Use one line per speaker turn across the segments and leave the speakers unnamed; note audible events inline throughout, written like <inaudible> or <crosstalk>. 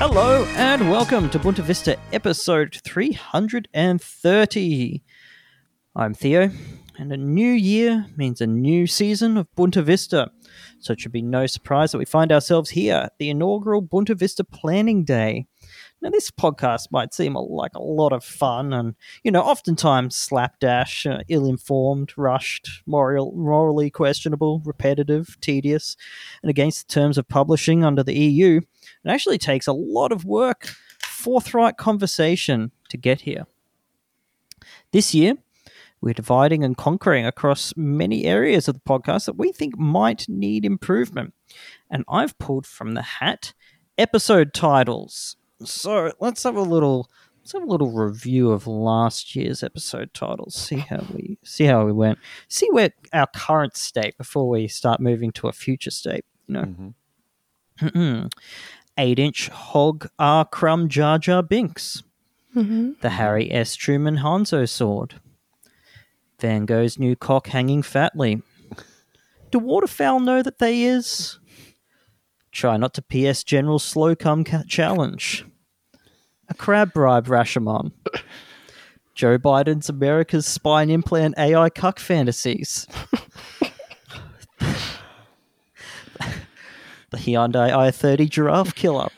Hello and welcome to Bunta Vista episode 330. I'm Theo, and a new year means a new season of Bunta Vista. So it should be no surprise that we find ourselves here at the inaugural Bunta Vista Planning Day. Now, this podcast might seem like a lot of fun and, you know, oftentimes slapdash, uh, ill informed, rushed, moral, morally questionable, repetitive, tedious, and against the terms of publishing under the E EU. It actually takes a lot of work, forthright conversation to get here. This year, we're dividing and conquering across many areas of the podcast that we think might need improvement. And I've pulled from the hat episode titles. So let's have a little let's have a little review of last year's episode titles. See how we see how we went. See where our current state before we start moving to a future state. You know, eight inch hog R crumb Jar Jar Binks, the Harry S. Truman Hanzo sword, Van Gogh's new cock hanging fatly. Do waterfowl know that they is? Try not to PS General Slow Cum ca- Challenge. A crab bribe Rashomon. Joe Biden's America's spine implant AI cuck fantasies. the Hyundai i30 giraffe
<laughs>
killer.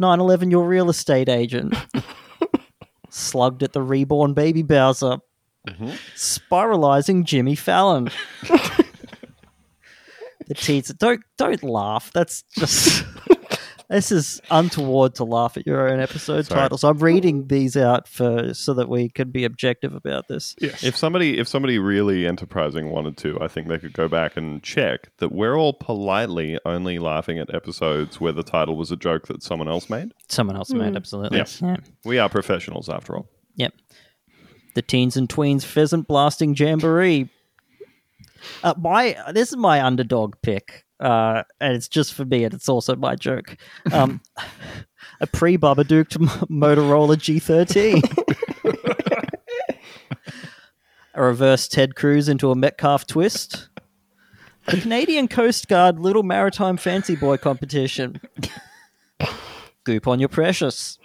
9-11 your real estate agent. Slugged at the reborn baby Bowser.
Mm-hmm.
Spiralizing Jimmy Fallon.
<laughs>
the teaser. Don't don't laugh. That's just this is untoward to laugh at your own episode
Sorry.
titles. I'm reading these out for so that we can be objective about this.
Yes.
If somebody if somebody really enterprising wanted to, I think they could go back and check that we're all politely only laughing at episodes where the title was a joke that someone else made.
Someone else made absolutely.
Mm. Yeah.
Yeah.
We are professionals after all.
Yep. The teens and tweens pheasant blasting jamboree. Uh, my this is my underdog pick, uh, and it's just for me, and it's also my joke. Um, <laughs> a pre Babadooked M- Motorola G13. <laughs> a reverse Ted Cruz into a Metcalf twist. The Canadian Coast Guard Little Maritime Fancy Boy competition. <laughs> Goop on your precious.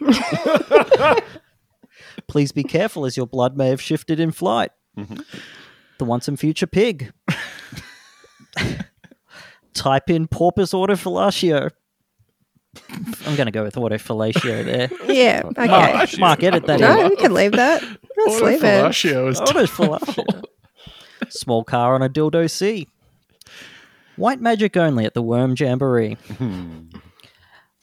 Please be careful as your blood may have shifted in flight. The once and future pig. Type in porpoise auto fellatio. I'm going to go with auto fellatio there.
Yeah.
Oh.
Okay.
shit.
Mark, edit that
No,
in.
we can leave
<laughs>
that. Let's
Auto
leave it.
fellatio is
Auto fellatio. Small car on a dildo sea. White magic only at the Worm Jamboree.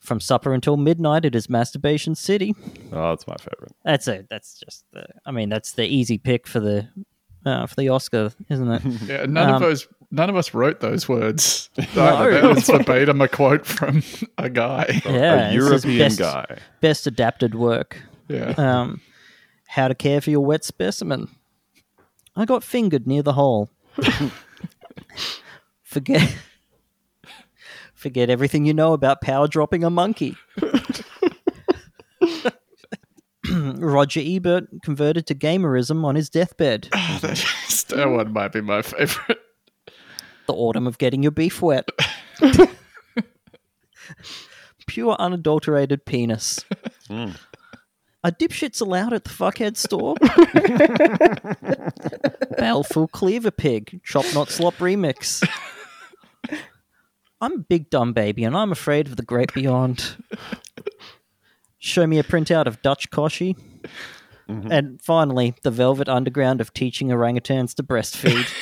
From supper until midnight, it is Masturbation City.
Oh, that's my favorite.
That's a that's just the I mean that's the easy pick for the uh, for the Oscar, isn't it?
Yeah, none
Um,
of those. None of us wrote those words. No. That was verbatim a quote from a guy.
yeah,
<laughs> a
this is
European
best,
guy.
Best adapted work.
Yeah.
Um, how to care for your wet specimen. I got fingered near the
<laughs>
hole. forget forget everything you know about power dropping a
<laughs>
monkey. <clears throat> Roger Ebert converted to gamerism on his deathbed.
<laughs> that one might be my favorite. <laughs>
the autumn of getting your beef wet. Pure unadulterated penis. Are dipshits allowed at the fuckhead store? Baleful cleaver pig, chop not slop remix. I'm a big dumb baby and I'm afraid of the great beyond. Show me a printout of Dutch Koshi. And finally, the velvet underground of teaching orangutans to breastfeed.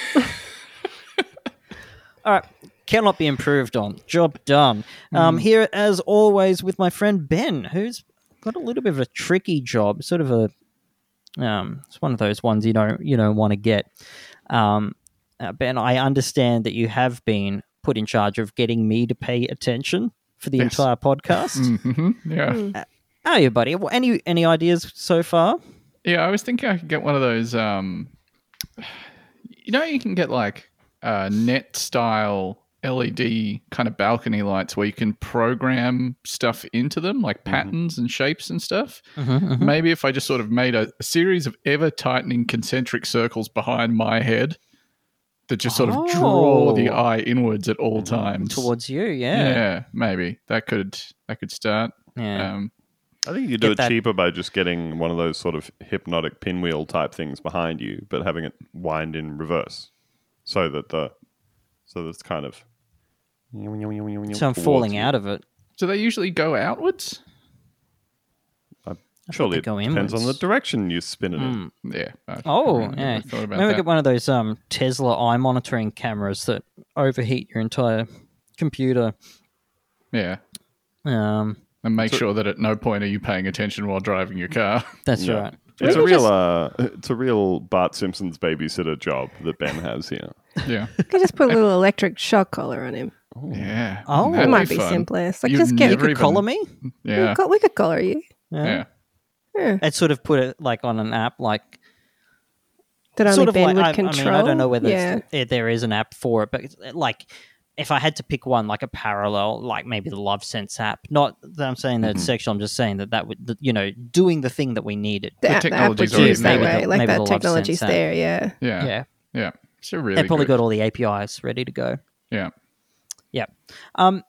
<laughs> All right. Cannot be improved on. Job done. Um, Here, as always, with my friend Ben, who's got a little bit of a tricky job, sort of a. Um, it's one of those ones you don't you don't want to get. Um, uh, ben, I understand that you have been put in charge of getting me to pay attention for the
Yes.
entire podcast.
hmm Yeah.
How are you, buddy? Well, Any any ideas so far?
Yeah, I was thinking I could get one of those. Um, you know, you can get like uh, net style LED kind of balcony lights where you can program stuff into them, like patterns and shapes and stuff.
Mm-hmm.
Maybe if I just sort of made a, a series of ever tightening concentric circles behind my head that just sort of draw the
Oh.
eye inwards at all times.
towards you.
yeah.
Yeah,
maybe that could that could start.
yeah.
Um,
I think you could do
Get
it
that-
cheaper by just getting one of those sort of hypnotic pinwheel type things behind you, but having it wind in reverse, so that the so that's kind of.
so I'm
Some
falling out of it.
do they usually go outwards?
I thought
Surely
they
it
go
depends on the
inwards.
direction you spin it in.
Mm.
Yeah. I- I
Oh,
never
yeah.
thought about
Maybe we
that.
get one of those um, Tesla eye monitoring cameras that overheat your entire computer.
Yeah,
Um,
and make
So-
sure that at no point are you paying attention while driving your car. <laughs>
that's
Yeah.
right.
It's a
Maybe
real,
just-
uh, <laughs> it's a real Bart Simpson's babysitter job that Ben has here.
yeah.
You could just put a little electric shock collar on him.
Yeah.
Oh.
That
That'd
might be
fun.
simplest. Like
You've
just get
You
never
could
even-
collar me.
we,
Yeah.
could, we could collar you.
Yeah.
Yeah.
It sort of put it like on an app, like
That only
sort of
Ben
like
would
I,
control.
I mean, I don't know whether
yeah.
it's- if there is an app for it, but it's, uh, like if I had to pick one, like a parallel, like maybe the Love Sense app. Not that I'm saying that it's sexual. I'm just saying that that would, that, you know, doing the thing that we needed.
the, app- the app
technology's
was
already
used that
there.
way.
Maybe
Like
the
that
love
technology's
sense eh? app.
there. Yeah.
Yeah.
Yeah,
Yeah. It's a really
they probably
good.
got all the APIs ready to go.
Yeah.
Yeah. Um,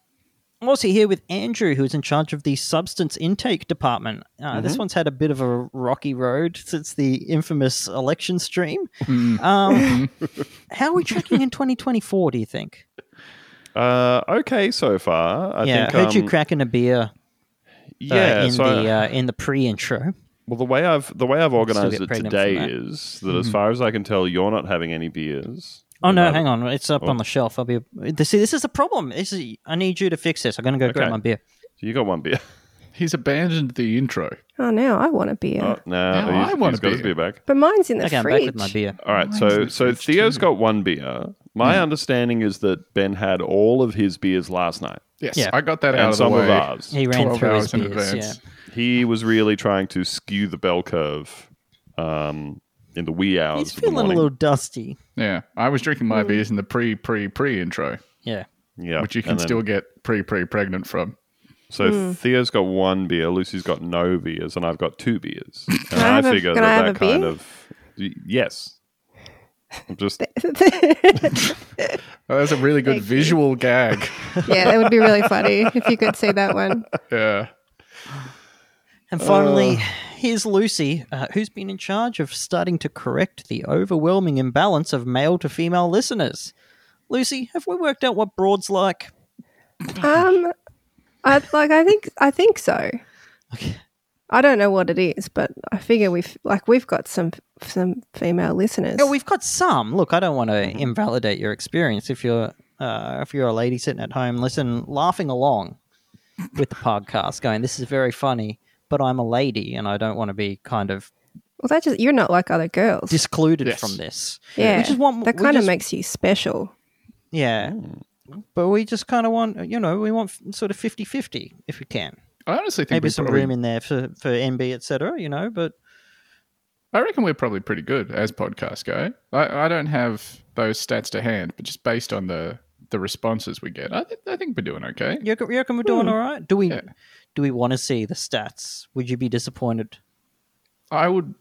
I'm also here with Andrew, who's in charge of the substance intake department. Uh, This one's had a bit of a rocky road since the infamous election stream. Um, how are we tracking in 2024, do you think?
Uh, okay, so far. I
yeah,
think,
heard you
um,
cracking a beer uh,
Yeah,
in,
so
the, uh, in the pre intro.
Well, the way I've the way I've organised
get
it
pregnant
today
from that.
is that as far as I can tell, you're not having any beers. Um,
Oh, no,
And I-
hang on. It's up on the shelf. I'll be. See, this is the problem. This is, I need you to fix this. I'm going to go grab
Okay.
my beer.
You got one beer.
He's abandoned the intro.
Oh, now I want a beer.
<laughs> Oh, no,
Now I
he's,
want
he's
a
got his
beer.
beer back.
but mine's in the
Okay, I'm back
fridge.
with my beer.
All right,
Mine's in
so
the
so
fridge
Theo's
too.
got one beer. My understanding is that Ben had all of his beers last night
Yes.
Yeah.
I got that out
and
of the
some
way.
of ours.
He ran
12
through his
hours in
beers. Yeah.
advance.
He was really trying to skew the bell curve um, in the wee hours.
He's
of the
feeling a
morning.
little dusty.
Yeah. I was drinking my beers in the pre pre pre intro,
Yeah.
yeah,
which you can
and then-
still get pre pre pregnant from.
So
Hmm.
Theo's got one beer, Lucy's got no beers, and I've got two beers. And
I
I,
have a-
figure
can
that
I have
that
a
kind
beer?
of y- yes. I'm just
Oh, that's a really good
Thank you.
visual gag.
<laughs>
<laughs>
yeah, that would be really funny if you could see that one.
Yeah.
And finally,
Uh.
here's Lucy, uh, who's been in charge of starting to correct the overwhelming imbalance of male to female listeners. Lucy, have we worked out what broad's like?
Um, I like. I think. I think so.
Okay.
I don't know what it is, but I figure we've like we've got some some female listeners.
Yeah, we've got some. Look, I don't want
Mm-hmm.
to invalidate your experience. If you're uh, if you're a lady sitting at home, listen, laughing along with the podcast, going, "This is very funny," but I'm a lady and I don't want to be kind of
well, that just you're not like other girls.
discluded
Yes.
from this.
yeah,
we just want
that
we
kind of
just-
makes you special.
Yeah.
Mm.
But we just kind of want, you know, we want f- sort of 50 50 if we can.
I honestly think
Maybe
we
some
probably,
room in there for, for MB, etc. you know, but
I reckon we're probably pretty good as podcasts go. I, I don't have those stats to hand, but just based on the the responses we get, I, th- I think we're doing okay.
you reckon, you reckon we're doing all right? Do we
Hmm. Yeah.
do we want to see the stats? Would you be disappointed?
I would.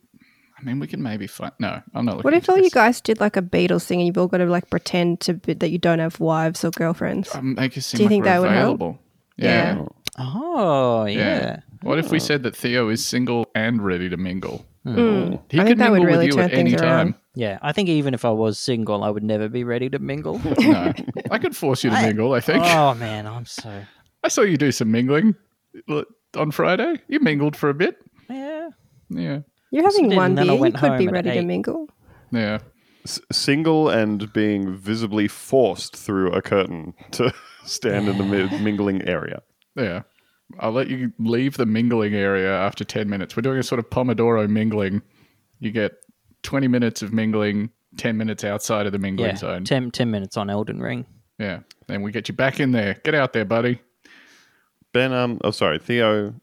I mean, we can maybe find. No, I'm not looking.
What if
into
all you
this.
guys did like a Beatles thing and you've all got to like pretend to be, that you don't have wives or girlfriends?
Um, make us seem
Do you
like
think
we're
that would help?
available. Yeah.
Yeah.
Oh, yeah. Oh.
What if we said that Theo is single and ready to mingle?
Hmm.
Mm.
He
I
could
think that would
mingle
really
with you
turn
at any
things around. <laughs>
time.
Yeah. I think even if I was single, I would never be ready to mingle.
no, I could force you to mingle. I think
oh, man. I'm so.
I saw you do some mingling l- on Friday. You mingled for a bit.
Yeah.
Yeah,
You're having
did,
one
and then I
beer, you
went
could be
home at
ready to
eight.
mingle.
yeah.
s- single and being visibly forced through a curtain to <laughs> stand in the mi- mingling area.
Yeah. I'll let you leave the mingling area after 10 minutes. We're doing a sort of Pomodoro mingling. You get 20 minutes of mingling, 10 minutes outside of the mingling
Yeah.
zone.
10, 10 minutes on Elden Ring.
yeah. Then we get you back in there. Get out there, buddy.
Ben, um, oh sorry, Theo.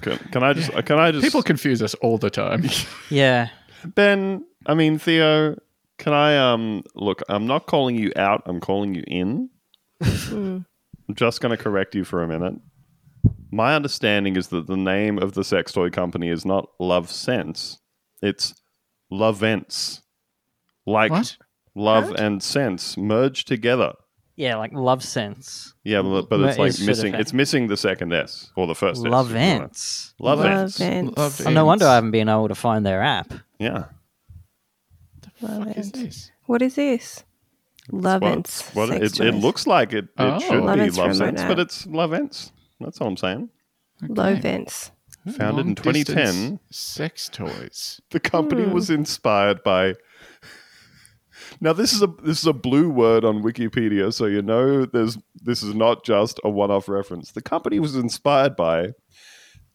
Can, can I just? Can I just?
People confuse us all the time. <laughs>
Yeah.
Ben, I mean Theo, can I um look, I'm not calling you out, I'm calling you in.
Hmm.
I'm <laughs> just going to correct you for a minute. My understanding is that the name of the sex toy company is not Love Sense. It's Lovence. Like
what?
love
Huh?
and sense merge together.
Yeah, like love sense.
Yeah, but but
Mer-
it's like
is sort of
missing.
a-
It's missing the second S or the first S.
love
if you wanna-
ants.
Love, ants.
Vance.
Love
Oh, no wonder
Ants.
I haven't been able to find their app.
Yeah.
Love
What is
ants.
this?
What is this? Love
Well,
ants.
well,
sex
it, it
toys.
looks like it, it
Oh.
should
Love
be
ants
love
from
ants,
Renault.
but it's love ants. That's all I'm saying.
low
Okay.
vents.
Founded in
Long distance
2010,
Sex toys.
the company
Hmm.
was inspired by. <laughs> Now this is a this is a blue word on Wikipedia, so you know there's this is not just a one-off reference. The company was inspired by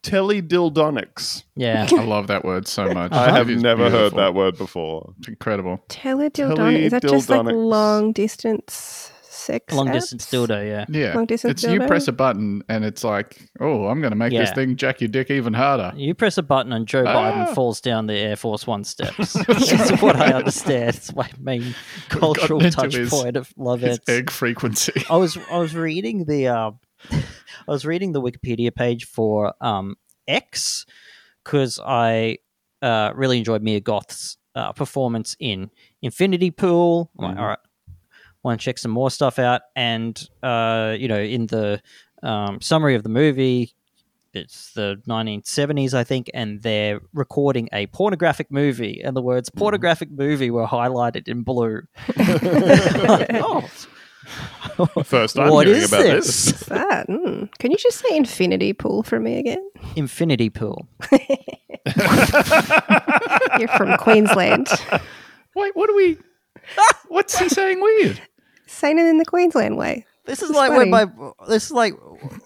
teledildonics.
Yeah.
I love that
<laughs>
word so much.
I have
It is
never heard
beautiful.
that word before.
It's incredible.
Teledildonic. Is that just like
Teledildonics.
long distance sex?
Long
apps?
distance dildo, yeah.
Yeah.
Long distance
It's you
dildo?
press a button and it's like, oh, I'm going to make this
Yeah.
thing jack your dick even harder.
You press a button and Joe
Ah.
Biden falls down the Air Force One
<laughs>
steps. That's what I understand. It's my main cultural
into
touch
his-
point of love
<laughs> It's
ants.
egg frequency.
I was I was reading the um, I was reading the Wikipedia page for um, X because I uh, really enjoyed Mia Goth's uh, performance in Infinity Pool. I'm like,
Mhm.
all right, want to check some more stuff out, and uh, you know, in the um, summary of the movie. It's the 1970s, I think, and they're recording a pornographic movie, and the words "pornographic movie" were highlighted in blue. <laughs> oh,
First time
<laughs> What
hearing
is
about
this?
this.
<laughs> What's that? Mm. Can you just say infinity pool for me again?
infinity pool.
You're from <laughs> Queensland.
Wait, what are
<laughs>
we? What's he saying weird?
Saying it in the Queensland way.
This is
It's
like when my
funny.
this is like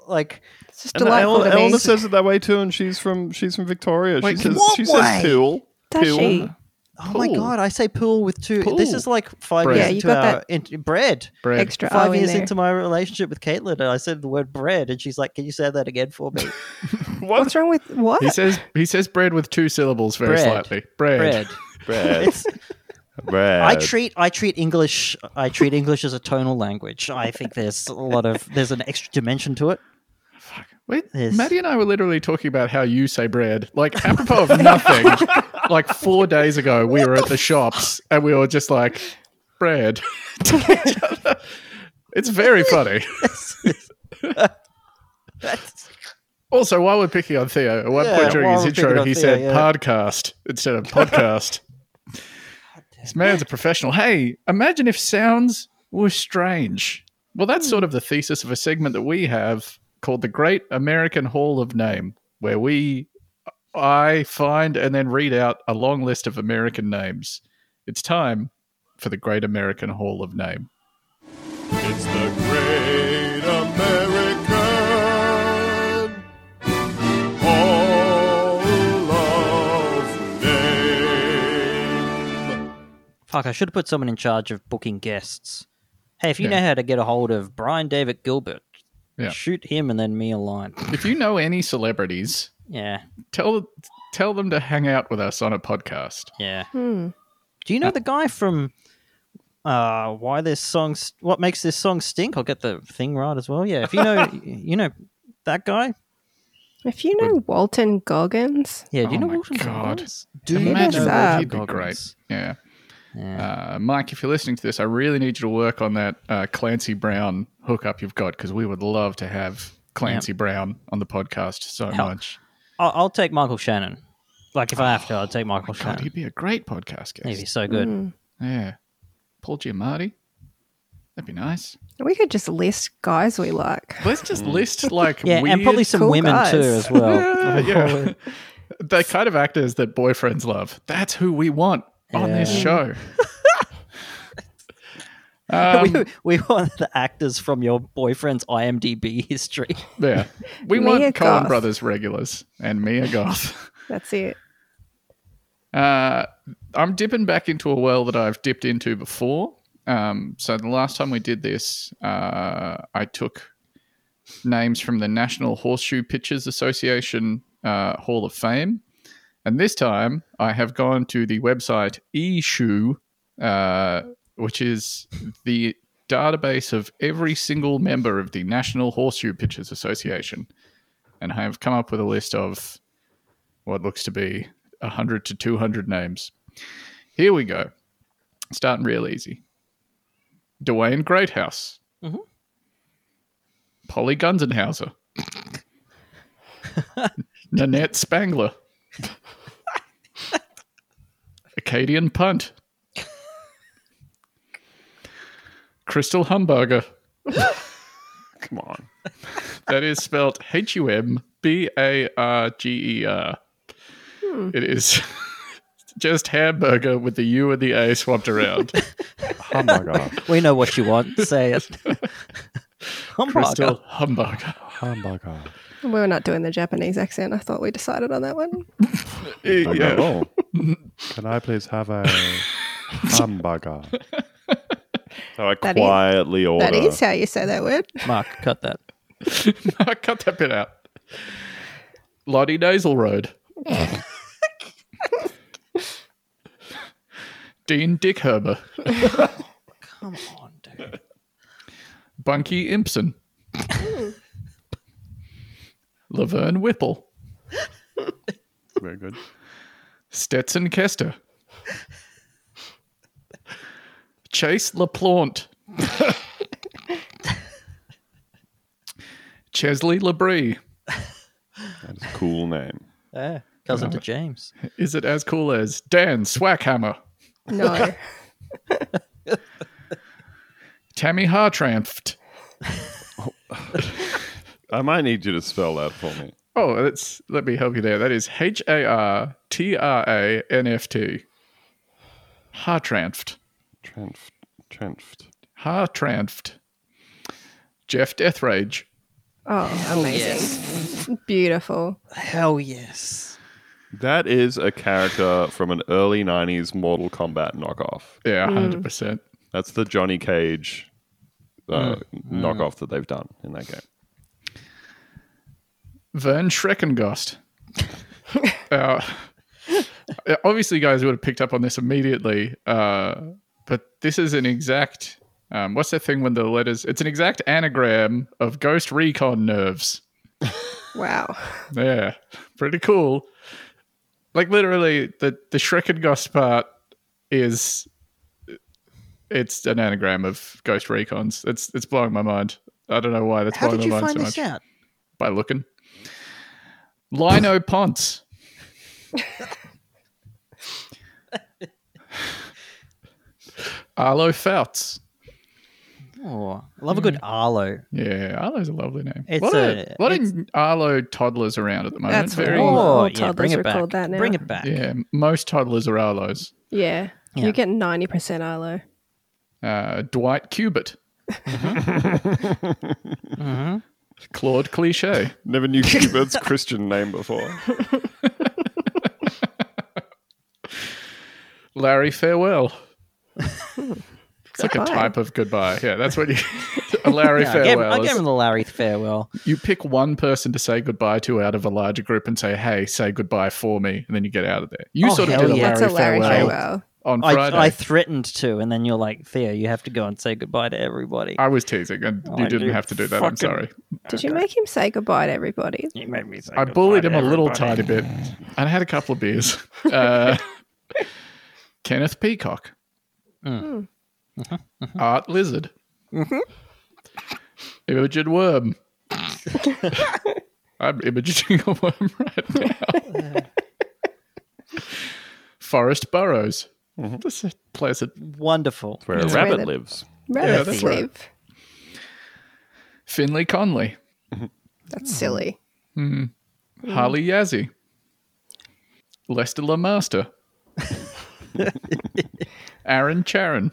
like
It's just
And
delightful
Ele-
to me.
Eleanor says it that way too, and she's from she's from Victoria.
Wait,
she says
what
she
way?
says pool.
Does
Pool.
she?
oh my
Pool.
god, I say pool with two. This
Pool.
is like five
Bread.
years
Yeah,
you
into
got
our
that-
in, bread.
Bread.
Extra
Five
O in
years
there.
into my relationship with Caitlin, and I said the word bread, and she's like, "Can you say that again for me?"
What's wrong with what?
He says he says bread with two syllables very
Bread.
slightly. Bread.
bread.
Bread.
It's, <laughs>
Bread.
I treat I treat English I treat English as a tonal language. I think there's a lot of there's an extra dimension to it.
Wait,
Yes.
Maddie and I were literally talking about how you say bread, like <laughs> apropos of nothing. like four days ago, we were at the shops and we were just like, bread. to each other.
<laughs>
it's very funny.
That's-
Also, while we're picking on Theo, at one
Yeah,
point during
while
his
we're picking
intro,
on
he
Theo,
said
yeah.
podcast instead of
<laughs>
podcast. this man's a professional. Hey, imagine if sounds were strange. Well, that's
Hmm.
sort of the thesis of a segment that we have called the Great American Hall of Name, where we, I find and then read out a long list of American names. It's time for the Great American Hall of Name.
It's the Great American Hall of Name.
Fuck, I should have put someone in charge of booking guests. Hey, if you
Yeah.
know how to get a hold of Brian David Gilbert,
Yeah.
shoot him and then me a line.
If you know any celebrities,
Yeah,
tell tell them to hang out with us on a podcast.
yeah.
Hmm.
Do you know the guy from uh why this song st- what makes this song stink? I'll get the thing right as well. Yeah, if you
<laughs>
know you know that guy.
If you know Walton Goggins,
Yeah, do
Oh
you know
my
Walton
God.
Goggins? Do you
Imagine
know
that.
Walton
He'd be
Goggins?
great. Yeah.
Yeah.
Uh, Mike, if you're listening to this, I really need you to work on that uh, Clancy Brown hookup you've got because we would love to have Clancy Brown on the podcast so
Hell,
much.
I'll, I'll take Michael Shannon. Like if I have to, I'll take Michael
Oh God,
Shannon.
he'd be Mm. a great podcast guest.
He'd be so good.
Yeah. Paul Giamatti. That'd be nice.
we could just list guys we like.
Let's just list like
Yeah,
weird...
and probably <laughs> Oh, some
cool
women
guys.
too as well.
Yeah, <laughs>
<laughs>
yeah. the kind of actors that boyfriends love. That's who we want on this
Yeah.
show.
we,
Um,
we want the actors from your boyfriend's IMDb history. <laughs>
yeah, we
Mia
want Coen
Goth.
Brothers regulars and Mia Goth.
That's it.
Uh, I'm dipping back into a well that I've dipped into before. Um, so the last time we did this, uh, I took names from the National Horseshoe Pitchers Association uh, Hall of Fame, and this time I have gone to the website eShoe, uh, which is the database of every single member of the National Horseshoe Pitchers Association, and I have come up with a list of what looks to be 100 to 200 names. Here we go. Starting real easy. Dwayne Greathouse,
Mhm.
Polly Gunzenhauser, Nanette Spangler, Acadian Punt, Crystal Humburger.
Come on.
That is spelled H U M B A R G E R. It is <laughs> just hamburger with the U and the A swapped around.
Oh my god.
We know what you want. Say <laughs> it. Humburger.
Crystal hamburger.
Oh my god.
We were not doing the Japanese accent. I thought we decided on that one.
Yeah.
Oh. <laughs> Can I please have a hamburger? So I
That is-
quietly order.
That is how you say that word.
Mark, cut that.
<laughs> I cut that bit out. Lottie Nasal Road. Dean Dickherber.
Come on, dude.
Bunky
<laughs>
Impson. Laverne Whipple.
Very good.
Stetson Kester.
<laughs>
Chase LaPlante. Chesley Labrie.
That is a <laughs> cool name.
Yeah, cousin to James.
Is it as cool as Dan Swackhammer?
No. <laughs>
Tammy Hartranft.
I might need you to spell that for me.
Oh, that's let me help you there. That is H A R T R A N F T. Hartranft.
Trenft. Trenft.
Hartranft. Jeff Deathrage.
Oh, amazing. Beautiful.
Hell yes.
That is a character from an early 90s Mortal Kombat knockoff.
Yeah, 100%.
That's the Johnny Cage uh, knockoff that they've done in that
<laughs>
game.
Vern Schreckengost. uh, <laughs> obviously, you guys would have picked up on this immediately, uh, but this is an exact. Um, what's that thing when the letters? It's an exact anagram of Ghost Recon Nerves.
Wow.
Yeah, pretty cool. Like literally, the the Schreckengost part is it's an anagram of Ghost Recon's. It's it's blowing my mind. I don't know why that's
How
blowing
did you
my mind
find
so
this
much
out?
by looking. Lino Ponce. Arlo Fouts.
Oh, I love a good Arlo.
Yeah, Arlo's a lovely name.
It's
lot of,
a- it's-
of Arlo toddlers around at the moment.
That's what
Very,
all-
Oh, yeah,
toddlers
bring it
are
back.
called that now.
Bring it back.
yeah, most toddlers are Arlos.
Yeah.
Yeah.
You get 90% Arlo.
Uh, Dwight Cubit,
hmm
Mm-hmm. Claude Cliche,
Never knew Cupid's Christian
<laughs>
name before.
Larry Farewell. It's like a
Goodbye.
type of goodbye. Yeah, that's what you. <laughs> a Larry
Yeah, I, gave,
Farewell.
I
is-
gave him the Larry farewell.
you pick one person to say goodbye to out of a larger group and say, "Hey, say goodbye for me," and then you get out of there. You
Oh,
sort of
hell
did a
yeah.
Larry,
That's a Larry
farewell,
Farewell.
on
I,
Friday. I,
I threatened to, and then you're like, Theo, you have to go and say goodbye to everybody.
was teasing, and
Oh,
you
I
didn't
do
have to do that. I'm
fucking-
sorry.
Did you make him say goodbye to everybody?
You made me say
I
goodbye
bullied
to
him a little
everybody.
tiny bit, and I had a couple of beers. Uh, Kenneth Peacock,
Mm.
Art Lizard,
<laughs>
Imogen Worm. I'm imaging a worm right now.
<laughs>
Forest Burrows. That's a pleasant
Wonderful.
Where a
It's
rabbit
rabbit.
lives.
Rabbit
that's
sleeve.
right. Finley Conley,
That's silly.
Harley Yazzie, Lester Lamaster, Aaron Charon,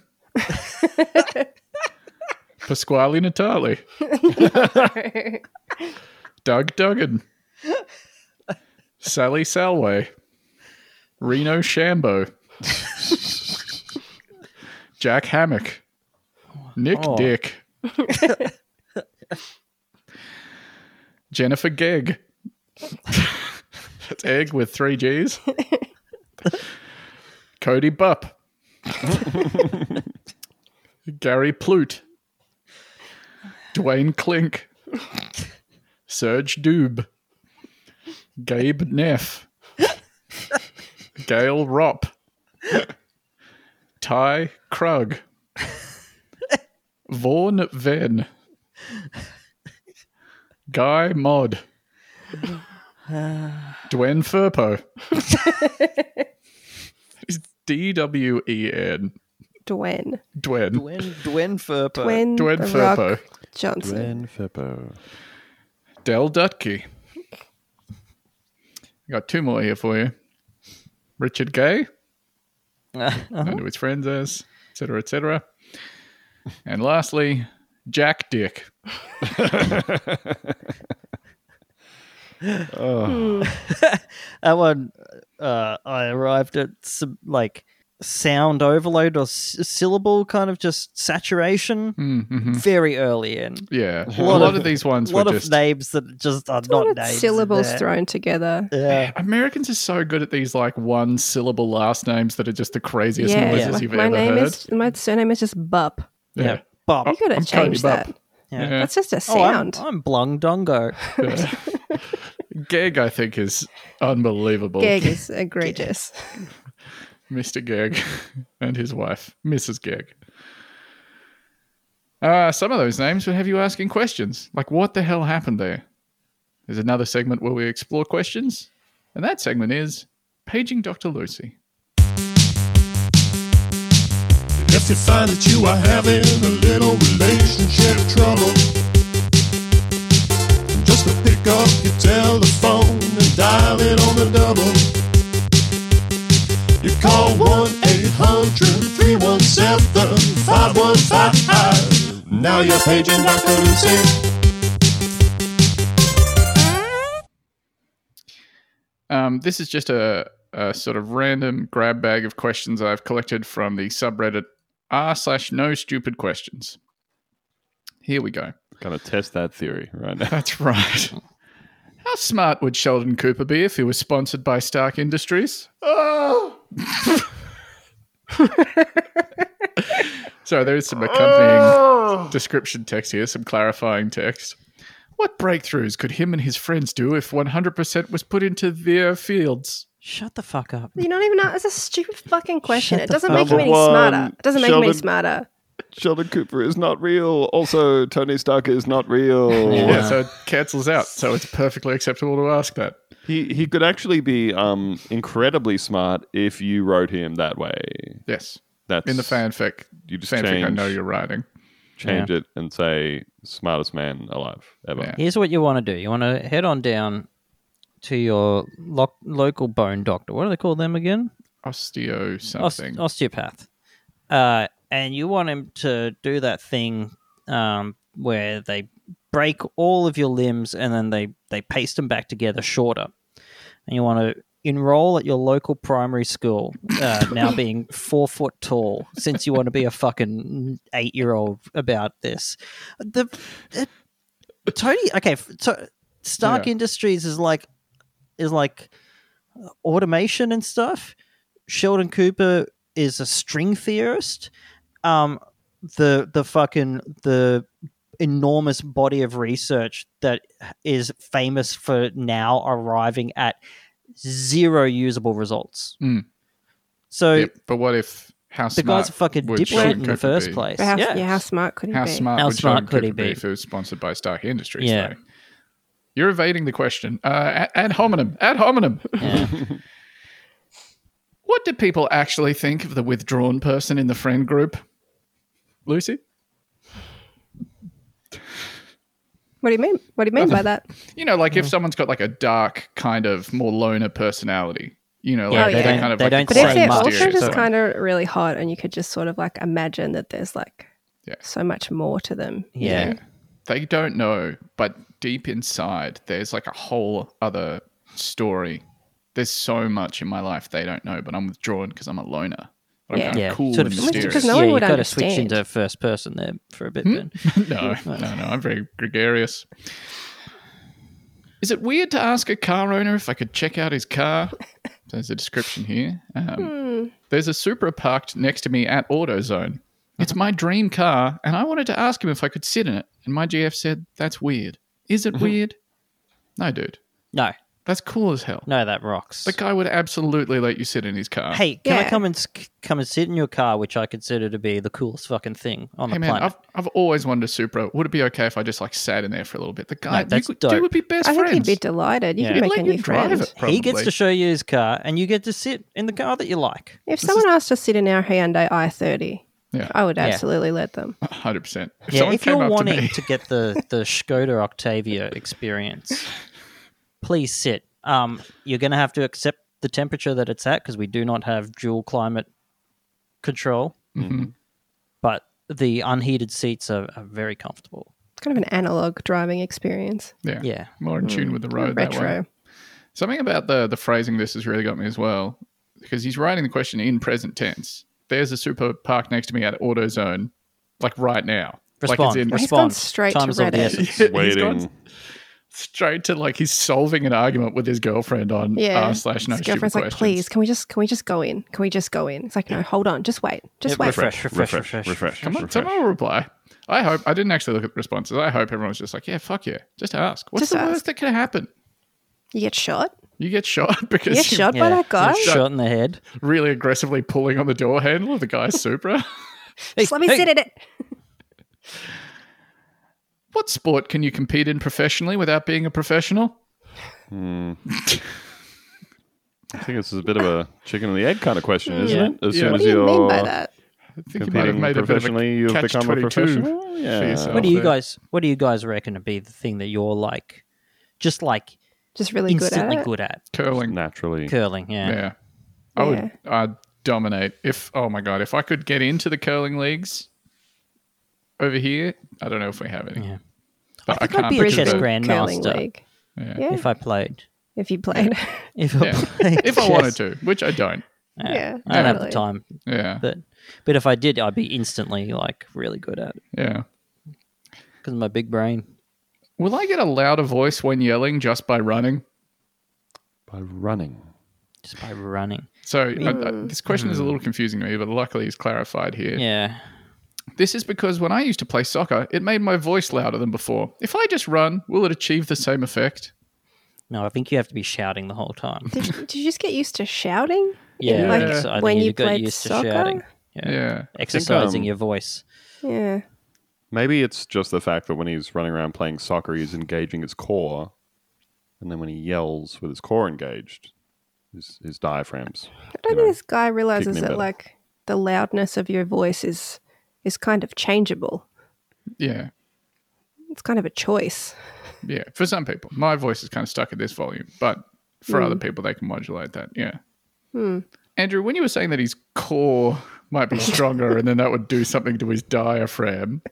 Pasquale Natali, Doug Duggan, Sally Salway, Reno Shambo, Jack Hammock, Nick
Oh.
Dick, Jennifer Gegg. That's egg with three G's. Cody Bupp. Gary Plute. Dwayne Clink. Serge Doob. Gabe Neff. Gail Ropp. Ty Krug. Vaughn Ven. Guy Mod. Dwen Furpo. It's D W E N.
Dwayne.
Dwen.
Dwen Dwen Furpo.
Dwayne,
Dwen
the Rock
Furpo.
Johnson.
Del Dutke. I got two more here for you. Richard Gay,
<laughs> Uh-huh.
known to his friends as, etc., etc. And lastly, Jack Dick.
<laughs>
That one, uh, I arrived at some, like sound overload or s- syllable kind of just saturation
Mm, mhm.
very early in.
Yeah, a
lot
lot,
of-
of these ones
A lot
were
of
just.
names that just are
What
not
are
names. in
syllables
there.
thrown together.
Yeah.
Americans are so good at these like one syllable last names that are just the craziest
yeah.
noises
Like,
you've
my
ever
name
heard.
is my surname is just Bup.
Yeah.
Yeah.
Bob.
Oh,
You gotta
I'm Cody
change
Bup.
that.
Yeah.
That's just a
Oh, I'm,
sound.
I'm Blung Dongo.
<laughs>
Geg, I think, is unbelievable.
Gag
<laughs>
is egregious.
Mr. Geg <laughs> and his wife, Mrs. Geg. Uh, some of those names would have you asking questions like, what the hell happened there? There's another segment where we explore questions, and that segment is Paging Dr. Lucy.
If you find that you are having a little relationship trouble, just to pick up your telephone and dial it on the double. You call 1 800 317 5155. Now you're paging Dr. Lucy.
Um, this is just a, a sort of random grab bag of questions I've collected from the subreddit r slash no stupid questions. Here we go.
Gonna test that theory right now.
That's right. How smart would Sheldon Cooper be if he was sponsored by Stark Industries? Oh! <laughs> so there is some
Oh!
accompanying description text here, some clarifying text. What breakthroughs could him and his friends do if 100% was put into their fields?
Shut the fuck up.
You're not even. It's a stupid fucking question.
Shut
It
the
doesn't
fuck
make him
up.
any
Number
smarter.
one,
It doesn't make him any
Sheldon-
smarter.
<laughs> Sheldon Cooper is not real. Also, Tony Stark is not real. <laughs>
Yeah, so it cancels out. So it's perfectly acceptable to ask that.
He he could actually be um incredibly smart if you wrote him that way.
Yes.
That's
In the fanfic,
You just
fanfic I
change-
know you're writing.
Change it and say smartest man alive ever.
Yeah.
Here's what you want to do. You want to head on down to your lo- local bone doctor. What do they call them again?
Osteo
Os-
something.
osteopath. Uh, and you want him to do that thing um, where they break all of your limbs and then they, they paste them back together shorter. And you want to enroll at your local primary school, uh, now being four foot tall, since you want to be a fucking eight year old about this. The it, Tony, okay, f- so Stark
Yeah.
Industries is like is like uh, automation and stuff. Sheldon Cooper is a string theorist. Um, the the fucking the enormous body of research that is famous for now arriving at zero usable results.
Mm.
So
Yep, But what if how
the
smart
guy's a fucking
would
dipshit
Sheldon
in
Cooper
the first
be?
place.
But how,
yeah.
yeah. how smart could he
How
be?
smart
How
would
smart
Sheldon
could he
Cooper be?
be?
if it was sponsored by Stark Industries?
Yeah.
though? You're evading the question. Uh, ad, ad hominem. Ad hominem.
Yeah.
what do people actually think of the withdrawn person in the friend group? Lucy?
What do you mean? What do you mean
<laughs>
by that?
You know, like
Mm.
if someone's got like a dark, kind of more loner personality, you know,
Yeah,
like
they
they're
don't-
kind of
they
like the
don't
But
say
if
quiet
they're
much.
also
mysterious
just
one.
kind of really hot, and you could just sort of like imagine that there's like
Yeah.
so much more to them. you <laughs>
Yeah.
know?
they don't know, but deep inside, there's like a whole other story. There's so much in my life they don't know, but I'm withdrawn because I'm a loner. But I'm
Yeah.
kind of
Yeah,
cool
sort
and
of-
mysterious. Hmm?
Because no
yeah,
one
you
would
gotta switch
understand.
into first person there for a bit. Then
<laughs>
<laughs>
no, no, no. I'm very gregarious. Is it weird to ask a car owner if I could check out
<laughs>
his car? There's a description here.
Hmm.
Um, There's a Supra parked next to me at AutoZone. It's my dream car, and I wanted to ask him if I could
Mm-hmm.
sit in it. And my GF said, That's weird. Is it weird? No, dude.
no,
That's cool as hell.
No, that rocks.
The guy would absolutely let you sit in his car.
Hey, can I
Yeah.
come and s- come and sit in your car, which I consider to be the coolest fucking thing on
Hey
the
man,
planet?
I've, I've always wanted a Supra. Would it be okay if I just like sat in there for a little bit? The guy, you
that's
could,
dope.
dude would be best
I think
friends.
he'd be delighted. You
Yeah.
could
He'd
make a
let you
new
drive
friend.
it, probably.
He gets to show you his car, and you get to sit in the car that you like.
If someone asked to sit in our Hyundai i30,
Yeah.
I would
Yeah.
absolutely let them.
100%. If
yeah,
someone
if
came
you're
up to <laughs>
wanting
me,
to, get the the Skoda Octavia experience, please sit. Um, you're going to have to accept the temperature that it's at because we do not have dual climate control.
Mhm.
But the unheated seats are, are very comfortable.
It's kind of an analog driving experience.
yeah,
Yeah,
more in tune with the road that way.
Retro.
Something about the the phrasing this has really got me as well, because he's writing the question in present tense. There's a super park next to me at AutoZone, like right now.
respond.
Like it's in
Well, he's
respond.
gone straight to
Time is of the
Reddit.
essence.
<laughs> He's gone
Waiting.
straight to like he's solving an argument with his girlfriend on
Yeah.
r slash no
His
stupid
girlfriend's like,
questions.
please, can we just can we just go in? Can we just go in? It's like, no, hold on, just wait, just wait.
Yeah, refresh, refresh, refresh.
refresh.
Come on,
refresh.
someone will reply. I hope I didn't actually look at the responses. I hope everyone was just like, yeah, fuck yeah, just ask. What's
Just
the
ask.
worst that could happen?
You get shot.
You get shot <laughs> because
You get
you're
shot
Yeah,
by that guy.
you're shot in the head.
really aggressively pulling on the door handle of the guy's Supra. <laughs>
Just let me
hey.
sit in it.
what sport can you compete in professionally without being a professional?
I think this is a bit of a chicken and the egg kind of question, isn't
Yeah.
it? As
Yeah.
soon
What
as
What
do you
you're
mean by that?
I think you might have
competing
made a bit of a
professionally, you've
catch
become a
22.
professional.
yourself.
Yeah.
What do you
there.
guys? What do you guys reckon to be the thing that you're like, just like
Just really good at
instantly
it.
good at?
curling.
Naturally.
Curling. Yeah.
Yeah. I
Yeah.
would I'd dominate. If oh my god, if I could get into the curling leagues over here, I don't know if we have any.
Yeah.
But
I think I'd be
picture
interested
the-
in-
curling
Grandmaster.
league.
Yeah.
Yeah,
If
if,
I played.
you played. <laughs>
If I,
Yeah.
played,
if I
yes.
wanted to, which I don't.
Yeah.
Yeah,
I don't have the
totally.
time,
Yeah.
but but if I did, I'd be instantly like really good at it
Yeah.
because of my big brain.
Will I get a louder voice when yelling just by running?
By running.
Just by running.
So I, I,
Hmm.
this question is a little confusing to me, but luckily he's clarified here.
Yeah.
This is because when I used to play soccer, it made my voice louder than before. If I just run, will it achieve the same effect?
No, I think you have to be shouting the whole time.
Did, you- did you just get used to shouting?
Yeah.
Like
I think so. I think
when you
got
played
used to
soccer?
shouting. Yeah.
Yeah.
Exercising
um,
your voice.
Yeah.
Maybe it's just the fact that when he's running around playing soccer, he's engaging his core, and then when he yells with his core engaged, his, his diaphragms.
I don't
you know,
think this guy realizes
me
that
better.
like the loudness of your voice is is kind of changeable.
Yeah.
It's kind of a choice.
Yeah. For some people, my voice is kind of stuck at this volume, but for other people, they can modulate that. Yeah. Andrew, when you were saying that his core might be stronger and then that would do something to his diaphragm,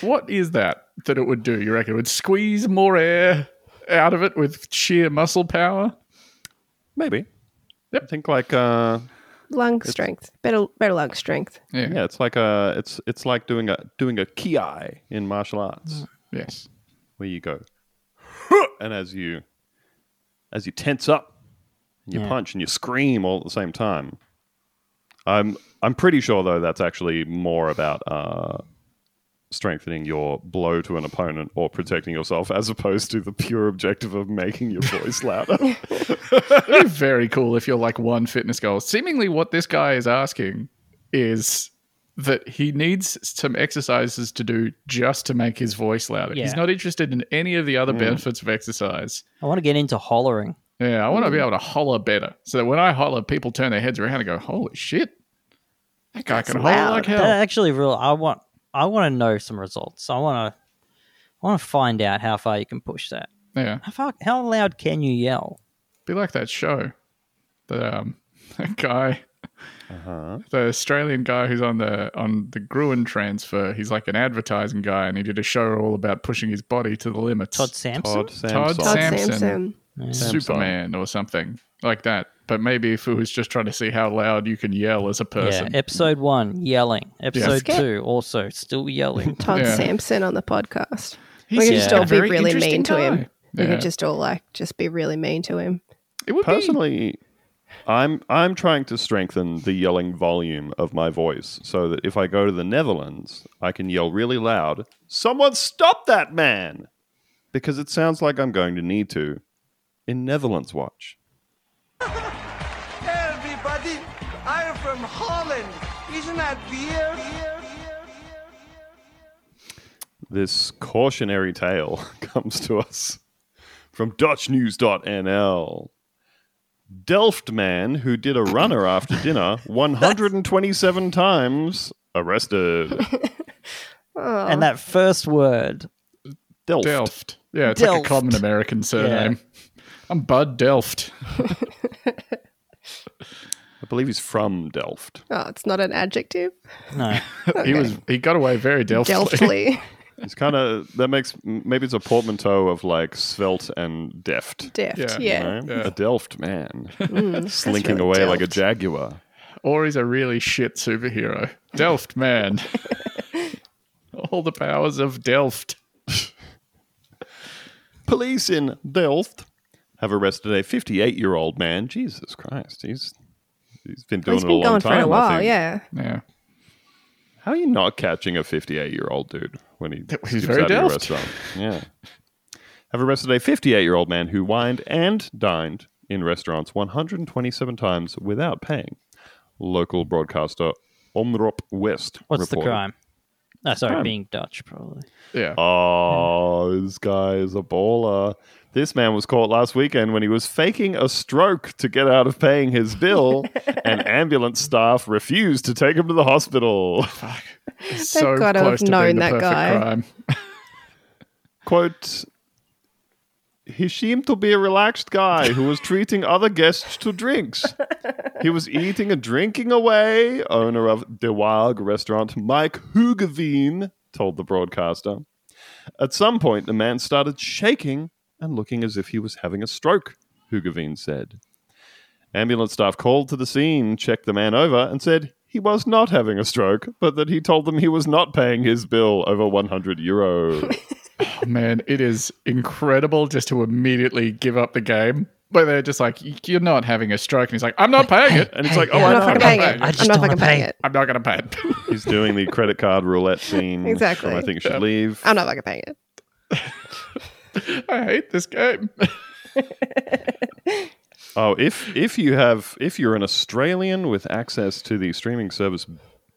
what is that that it would do? You reckon it would squeeze more air out of it with sheer muscle power?
Maybe.
Yep.
I think like uh,
Lung strength, better better lung strength.
Yeah.
yeah, it's like a it's it's like doing a doing a ki in martial arts
Yes.
where you go, and as you as you tense up, you
Yeah.
punch and you scream all at the same time. I'm I'm pretty sure though that's actually more about uh, strengthening your blow to an opponent or protecting yourself as opposed to the pure objective of making your voice louder.
It'd be very cool if you're like one fitness goal. Seemingly, what this guy is asking is that he needs some exercises to do just to make his voice louder.
Yeah.
He's not interested in any of the other benefits of exercise.
I want to get into hollering.
Yeah, I want to be able to holler better so that when I holler, people turn their heads around and go, "Holy shit, that guy can holler
loud.
like
That
hell."
actually real I want I want to know some results. I want to I want to find out how far you can push that.
Yeah,
How far, how loud can you yell?
be like that show, that um, <laughs> that guy. The Australian guy who's on the on the Gruen transfer, he's like an advertising guy, and he did a show all about pushing his body to the limits.
Todd Sampson?
<laughs> Todd
Todd
Samson.
Todd
Samson.
Samson.
Superman or something like that. But maybe if it was just trying to see how loud you can yell as a
Yeah,
person.
episode one yelling. Episode
Skip.
two also still yelling.
Todd
Yeah.
Sampson on the podcast.
He
we could
seems
just
like
all
a
be
very
really
interesting
mean to him.
guy.
We
Yeah.
could just all like just be really mean to him.
it would
Personally, I'm I'm trying to strengthen the yelling volume of my voice so that if I go to the Netherlands, I can yell really loud, "Someone stop that man!" because it sounds like I'm going to need to in Netherlands Watch.
Everybody, I'm from Holland. Isn't that weird?
This cautionary tale <laughs> comes to us from DutchNews.nl. Delft man who did a runner after dinner 127 times arrested.
Oh,
And that first word.
Delft.
Delft. Yeah, it's like
Delft.
a common American surname. I'm Bud Delft. <laughs>
I believe he's from Delft.
oh, it's not an adjective.
No.
He was he got away very Delftly. <laughs>
Delftly.
It's kind of that makes maybe it's a portmanteau of like svelte and deft.
Deft. Mm,
Yeah.
Yeah.
Right?
Yeah.
A Delft man slinking
really
away like a
Delft.
jaguar.
Or he's a really shit superhero. Delft <laughs> man. All the powers of Delft.
Police in Delft have arrested a 58 year old man. Jesus Christ, he's he's been
Well,
doing
he's
it a
been
long
gone
time.
for a
I
while.
think.
Yeah.
Yeah.
How are you not catching a 58 year old dude when he
he's
steps
very
out of your
Delft. <laughs>
restaurant? Yeah. Have arrested a 58 year old man who wined and dined in restaurants 127 times without paying. Local broadcaster Omrop West.
What's the
reported.
crime? No, sorry,
Crime.
being Dutch, probably.
Yeah.
Oh, this guy is a baller. This man was caught last weekend when he was faking a stroke to get out of paying
<laughs>
his bill, and ambulance staff refused to take him to the hospital. <laughs>
so
gotta have
close to
known
being the
that
perfect
guy.
crime.
Quote He seemed to be a relaxed guy who was treating other guests to drinks. He was eating and drinking away, owner of De Waag restaurant, Mike Hoogeveen, told the broadcaster. At some point, the man started shaking and looking as if he was having a stroke, Hoogeveen said. Ambulance staff called to the scene, checked the man over, and said he was not having a stroke, but that he told them he was not paying his bill over 100 euro.
Oh, man, it is incredible just to immediately give up the game. But they're just like, "Y- you're not having a stroke. And he's like, I'm not paying it.
And it's like, oh,
I'm not
I know.
fucking
paying
paying
it.
it.
I
I'm
just
not
don't
fucking
wanna
paying
pay
it.
I'm not going to pay it. <laughs>
He's doing the credit card roulette scene.
Exactly. Oh,
from I think should leave.
I'm not fucking paying it.
I hate this game.
Oh, if if you have if you're an Australian with access to the streaming service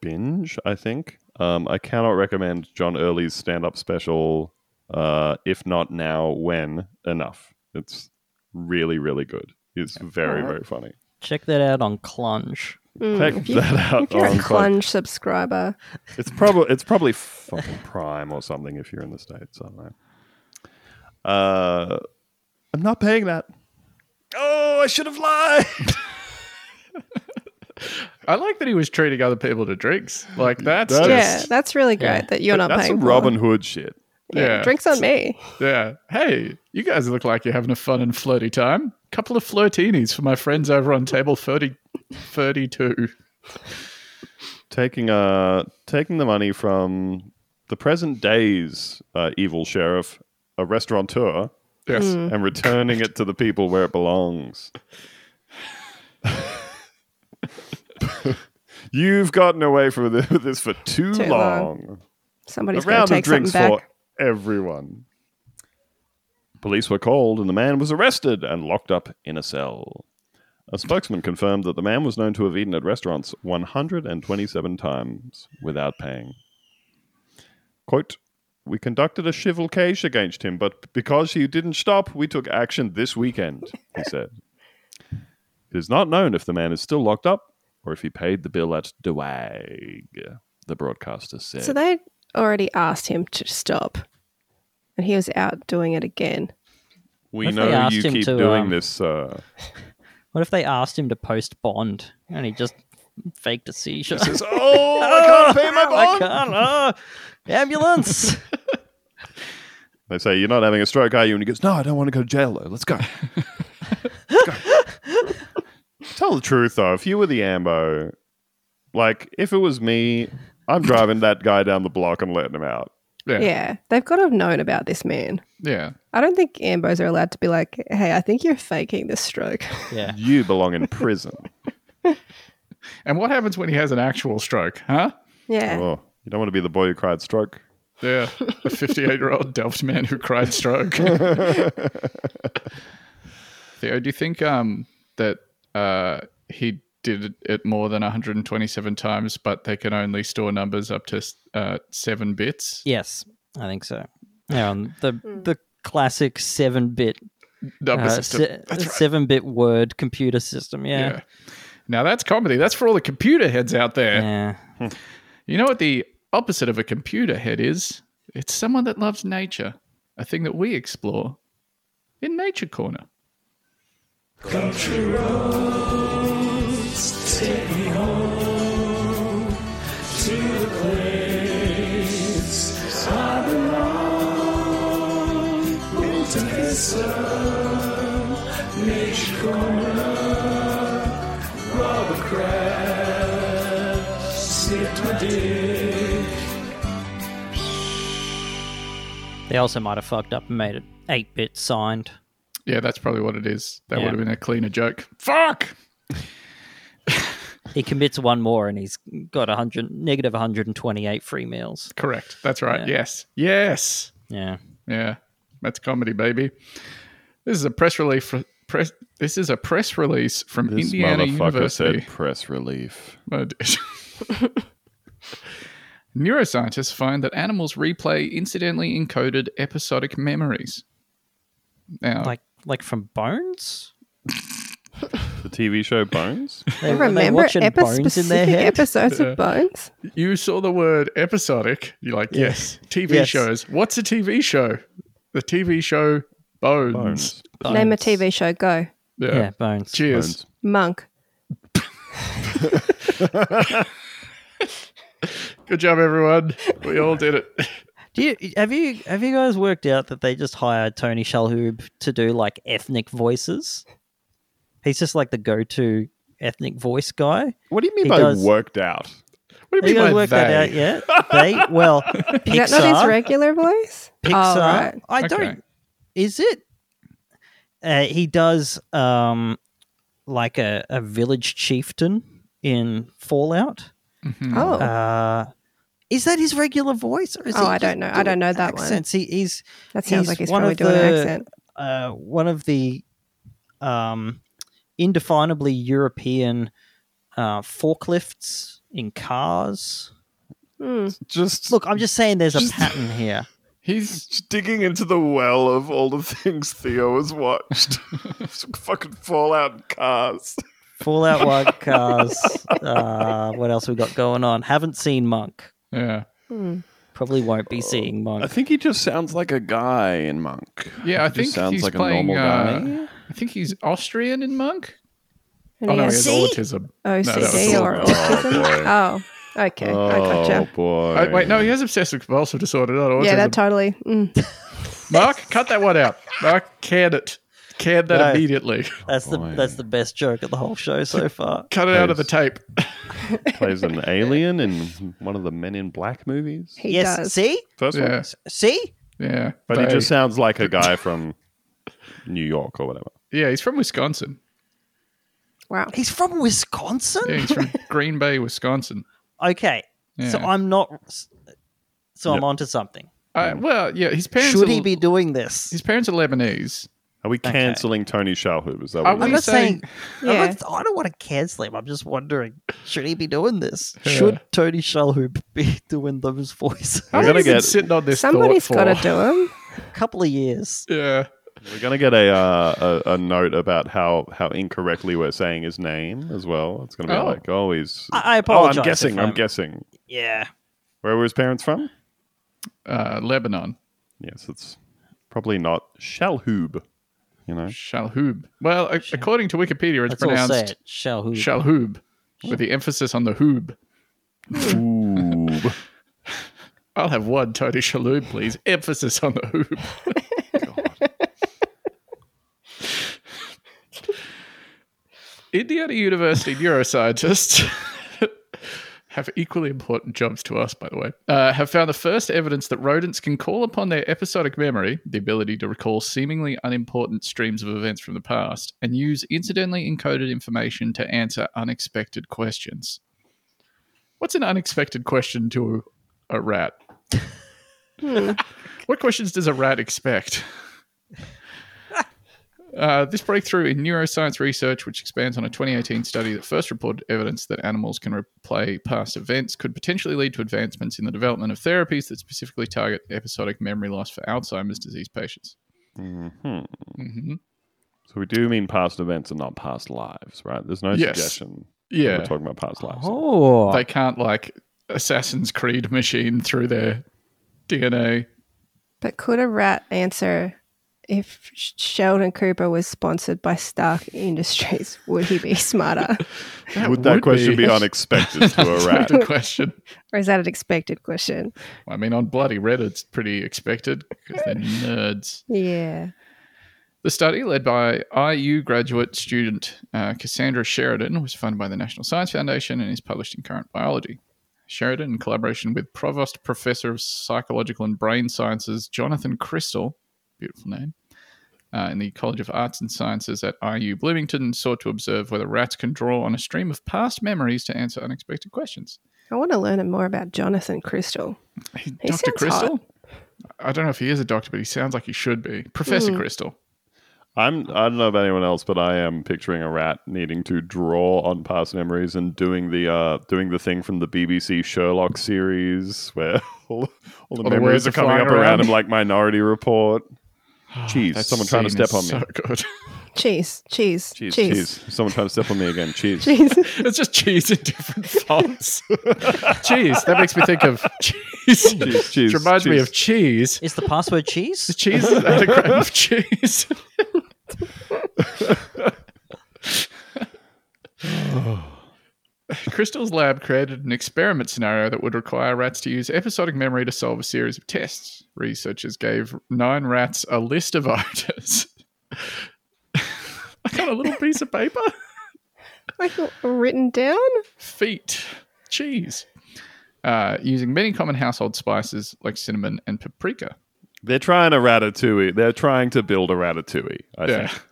Binge, I think um, I cannot recommend John Early's stand-up special. Uh, if not now, when enough? It's really really good. It's very very funny.
Check that out on Clunge.
Mm.
Check
If, you,
that out.
if you're a
on Club-
Clunge subscriber,
It's probably it's probably fucking prime or something if you're in the states. I don't know. Uh, I'm not paying that. Oh, I should have lied.
I like that he was treating other people to drinks. Like, that's
That
just-
yeah, that's really great that <laughs> you're not
That's
paying.
some
for.
Robin Hood shit.
Yeah,
Yeah.
drinks on me.
Yeah. Hey, you guys look like you're having a fun and flirty time. Couple of flirtinis for my friends over on table 30, 32.
Taking uh taking the money from the present day's uh, evil sheriff, a restaurateur,
Yes.
Mm.
and returning it to the people where
<laughs>
it belongs. <laughs> You've gotten away from thi- this for too,
Too long.
long.
Somebody's
a
going
round
to
of
take something
drinks
back.
for everyone. Police were called, and the man was arrested and locked up in a cell. A spokesman confirmed that the man was known to have eaten at restaurants 127 times without paying. Quote, we conducted a chivalcage against him, but because he didn't stop, we took action this weekend,
<laughs>
he said. It is not known if the man is still locked up or if he paid the bill at Dewag, the broadcaster said.
So they already asked him to stop, and he was out doing it again.
We
What if they
know
asked
you
him
keep
to,
doing
um,
this, uh,
<laughs>
sir.
What if they asked him to post Bond and he just faked a seizure?
Says, oh,
<laughs>
I can't pay my
I
bond.
can't. uh, ambulance.
They say, You're not having a stroke, are you? And he goes, No, I don't want to go to jail,
<laughs>
though. Let's go. Let's go. Tell the truth, though. If you were the Ambo, like, if it was me, I'm driving that guy down the block and letting him out.
Yeah.
Yeah.
Yeah.
they've got to have known about this man. I don't think Ambos are allowed to be like, "Hey, I think you're faking this stroke." <laughs>
yeah.
You belong in
<laughs>
prison.
And what happens when he has an actual stroke, huh?
yeah,
oh, you don't want to be the boy who cried stroke.
Yeah. A 58 year old Delft man who cried stroke. Theo, do you think um, that uh, he did it more than 127 times, but they can only store numbers up to uh, seven bits?
Yes, I think so. Yeah, on the
Hmm.
the classic seven bit
Number
uh,
system.
se- seven bit word computer system. Yeah,
Yeah. Now that's comedy. That's for all the computer heads out there.
yeah.
You know what the opposite of a computer head is? It's someone that loves nature, a thing that we explore in Nature Corner.
They also might have fucked up and made it eight bit signed.
Yeah, that's probably what it is. That
Yeah.
would have been a cleaner joke. Fuck!
He commits one more and he's got a hundred negative one hundred and twenty eight free meals.
Correct. That's right.
Yeah.
Yes. Yes.
Yeah,
Yeah. That's comedy, baby. This is a press release. For, press. This is a press release from
This
Indiana
motherfucker
University.
said press relief.
I did. Neuroscientists find that animals replay incidentally encoded episodic memories. Now,
like like from Bones.
The TV show Bones?
They, are they
Remember
watching
epi-
Bones in their
specific
head.
episodes of Bones?
you saw the word episodic. You're like, yes, TV
Yes.
shows. What's a TV show? The TV show Bones.
Bones.
Name a
<laughs> Bones.
TV show. Go.
Yeah.
Yeah, Bones.
Bones.
Cheers.
Monk.
Good job, everyone. We all did it. <laughs>
Do you have you have you guys worked out that they just hired Tony Shalhoub to do like ethnic voices? He's just like the go-to ethnic voice guy.
What do you mean
He
by
does-
worked out?
What do
Have you
you mean
guys
by
worked that out
they?
yet? They
<laughs>
well, Pixar.
Is that not his regular voice?
Pixar.
Oh, right.
I
Okay.
don't. Is it? Uh, he does um, like a, a village chieftain in Fallout.
Mm-hmm.
Oh.
Uh, is that his regular voice? Or is
Oh,
he
I
just
don't know. I
doing
don't know that one.
accents? He, he's
that sounds
he's
like he's
one
probably
of
doing an
the-
accent.
uh, one of the um, indefinably European uh, forklifts in cars.
Hmm.
Just
Look, I'm just saying there's a
Just-
pattern here.
he's <laughs> digging into the well of all the things Theo has
<laughs>
watched. fucking Fallout and cars.
Fallout 1 cars. Uh, what else we got going on? Haven't seen Monk.
Yeah.
Hmm.
Probably won't be seeing
I
Monk.
think he just sounds like a guy in Monk.
Yeah, I
He
think
just sounds
he's
like
playing.
a normal guy.
uh, I think he's Austrian in Monk.
And
Oh
he
no, he
has
has autism. that was
OCD
cool.
or
Oh, boy.
autism. Oh, okay. <laughs> I gotcha.
boy.
Oh, wait, no, he has obsessive compulsive disorder, not autism.
Yeah, that totally. Mm.
Mark, cut that one out. Mark, can it. Can that
No.
immediately. <laughs>
That's the that's the best joke of the whole show so far.
Cut it out of the tape. <laughs>
plays an alien in one of the Men in Black movies.
He
yes,
does.
see?
First one.
Yeah,
See?
yeah.
But he
They-
just sounds like a guy from New York or whatever.
yeah, he's from Wisconsin.
Wow.
He's from Wisconsin?
Yeah, he's
<laughs>
from Green Bay, Wisconsin.
Okay. So
Yeah.
I'm not so I'm
Yep.
onto something.
Uh, well, yeah, his parents.
Should
are,
he be doing this?
His parents are Lebanese.
Are we
Okay.
canceling Tony Shalhoub? Is that
Are
what
I'm
we
we-
not saying.
saying-
Yeah.
I'm not, I don't want to cancel him. I'm just wondering, should he be doing this? Should Tony Shalhoub <laughs> be doing those voices?
How
We're
long
gonna
has he been
get-
sitting on this.
Somebody's
got
got to do him.
A <laughs> couple of years.
<laughs> Yeah.
We're gonna get a, uh, a a note about how how incorrectly we're saying his name as well. It's gonna be
Oh.
like, oh, he's.
I- I
Oh,
apologize
I'm guessing.
if
I'm
I'm-
guessing.
Yeah.
Where were his parents from?
Uh, Lebanon.
Yes, it's probably not Shalhoub. You know,
Shalhoub. Well, a- according to Wikipedia, it's
Let's all say
pronounced
it. Shalhoub.
Shalhoub with the emphasis on the hoob.
Ooh.
I'll have one Tony Shalhoub, please. Emphasis on the hoob. Indiana University neuroscientists have equally important jobs to us, by the way, uh, have found the first evidence that rodents can call upon their episodic memory, the ability to recall seemingly unimportant streams of events from the past, and use incidentally encoded information to answer unexpected questions. What's an unexpected question to a rat? what questions does a rat expect? Uh, this breakthrough in neuroscience research, which expands on a 2018 study that first reported evidence that animals can replay past events, could potentially lead to advancements in the development of therapies that specifically target episodic memory loss for Alzheimer's disease patients.
hmm
hmm
So we do mean past events and not past lives, right? There's no
Yes.
suggestion. that
Yeah.
We're talking about past lives.
Oh,
They can't, like, Assassin's Creed machine through their DNA.
But could a rat answer if Sh- Sheldon Cooper was sponsored by Stark Industries? <laughs> Would he be
<laughs>
smarter,
Would that question <laughs> be, unexpected to a rat?
Good question.
or is that an expected question?
I mean, on bloody Reddit, it's pretty expected because they're nerds.
Yeah.
The study, led by IU graduate student uh, Cassandra Sheridan, was funded by the National Science Foundation and is published in Current Biology. Sheridan, in collaboration with Provost Professor of Psychological and Brain Sciences Jonathan Crystal, beautiful name, uh, in the College of Arts and Sciences at IU Bloomington, sought to observe whether rats can draw on a stream of past memories to answer unexpected questions.
I want to learn more about Jonathan Crystal. He
Dr.
sounds hot.
Crystal? I don't know if he is a doctor, but he sounds like he should be. Professor
Hmm.
Crystal.
I'm. I don't know about anyone else, but I am picturing a rat needing to draw on past memories and doing the uh, doing the thing from the BBC Sherlock series where <laughs> all, all the
the
memories
words
are
are
coming
flying
up around
around.
him like Minority Report. Jeez,
<sighs> That
someone trying to
scene is
step on me.
So good.
Cheese, cheese,
Jeez,
cheese.
jeez, someone trying to step on me
<laughs>
again. Cheese.
<laughs> Jeez.
It's just cheese in different fonts. <laughs> cheese. That makes me think of <laughs> cheese.
Cheese, cheese,
Which reminds me
cheese.
of cheese.
<laughs> is the password
<laughs>
The
cheese?
<laughs> cheese is an anagram of cheese. <laughs> Crystal's lab created an experiment scenario that would require rats to use episodic memory to solve a series of tests. Researchers gave nine rats a list of <laughs> items. I got a little piece of paper.
Like written down?
feet, cheese, uh, using many common household spices like cinnamon and paprika.
They're trying a ratatouille. They're trying to build a ratatouille. I
Yeah.
think.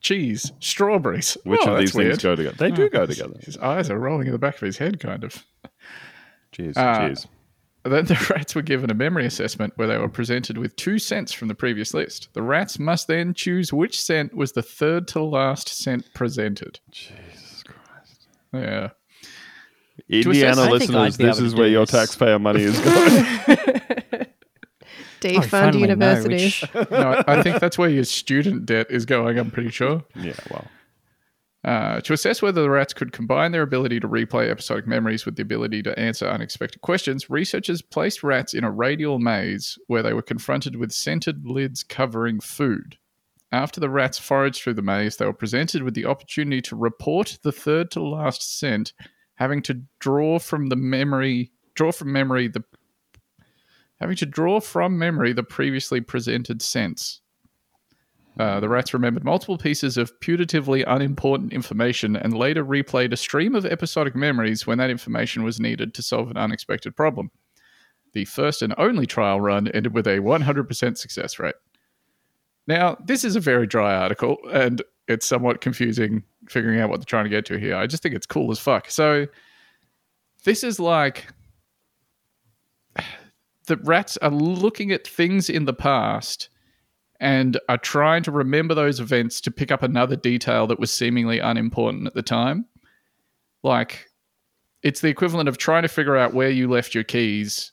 Cheese, strawberries.
Which
Oh,
of
that's
these
weird.
things go together? They
Hmm.
do go together.
His eyes are rolling in the back of his head, kind of.
Jeez,
Uh,
jeez.
Then the rats were given a memory assessment where they were presented with two scents from the previous list. The rats must then choose which scent was the third to last scent presented.
Jesus Christ.
Yeah. assess- I
Indiana
think
listeners,
I'd be
this
able
is
to
where
do
your
this.
taxpayer money
<laughs>
is going.
Oh, I
Defund
finally know
universities.
which-
No, I I think that's where your student debt is going, I'm pretty sure.
yeah, well.
Uh, to assess whether the rats could combine their ability to replay episodic memories with the ability to answer unexpected questions, researchers placed rats in a radial maze where they were confronted with scented lids covering food. After the rats foraged through the maze, they were presented with the opportunity to report the third to last scent, having to draw from the memory, draw from memory the having to draw from memory the previously presented scents. Uh, the rats remembered multiple pieces of putatively unimportant information and later replayed a stream of episodic memories when that information was needed to solve an unexpected problem. The first and only trial run ended with a 100% success rate. Now, this is a very dry article and it's somewhat confusing figuring out what they're trying to get to here. I just think it's cool as fuck. So, this is like <sighs> the rats are looking at things in the past and are trying to remember those events to pick up another detail that was seemingly unimportant at the time. Like, it's the equivalent of trying to figure out where you left your keys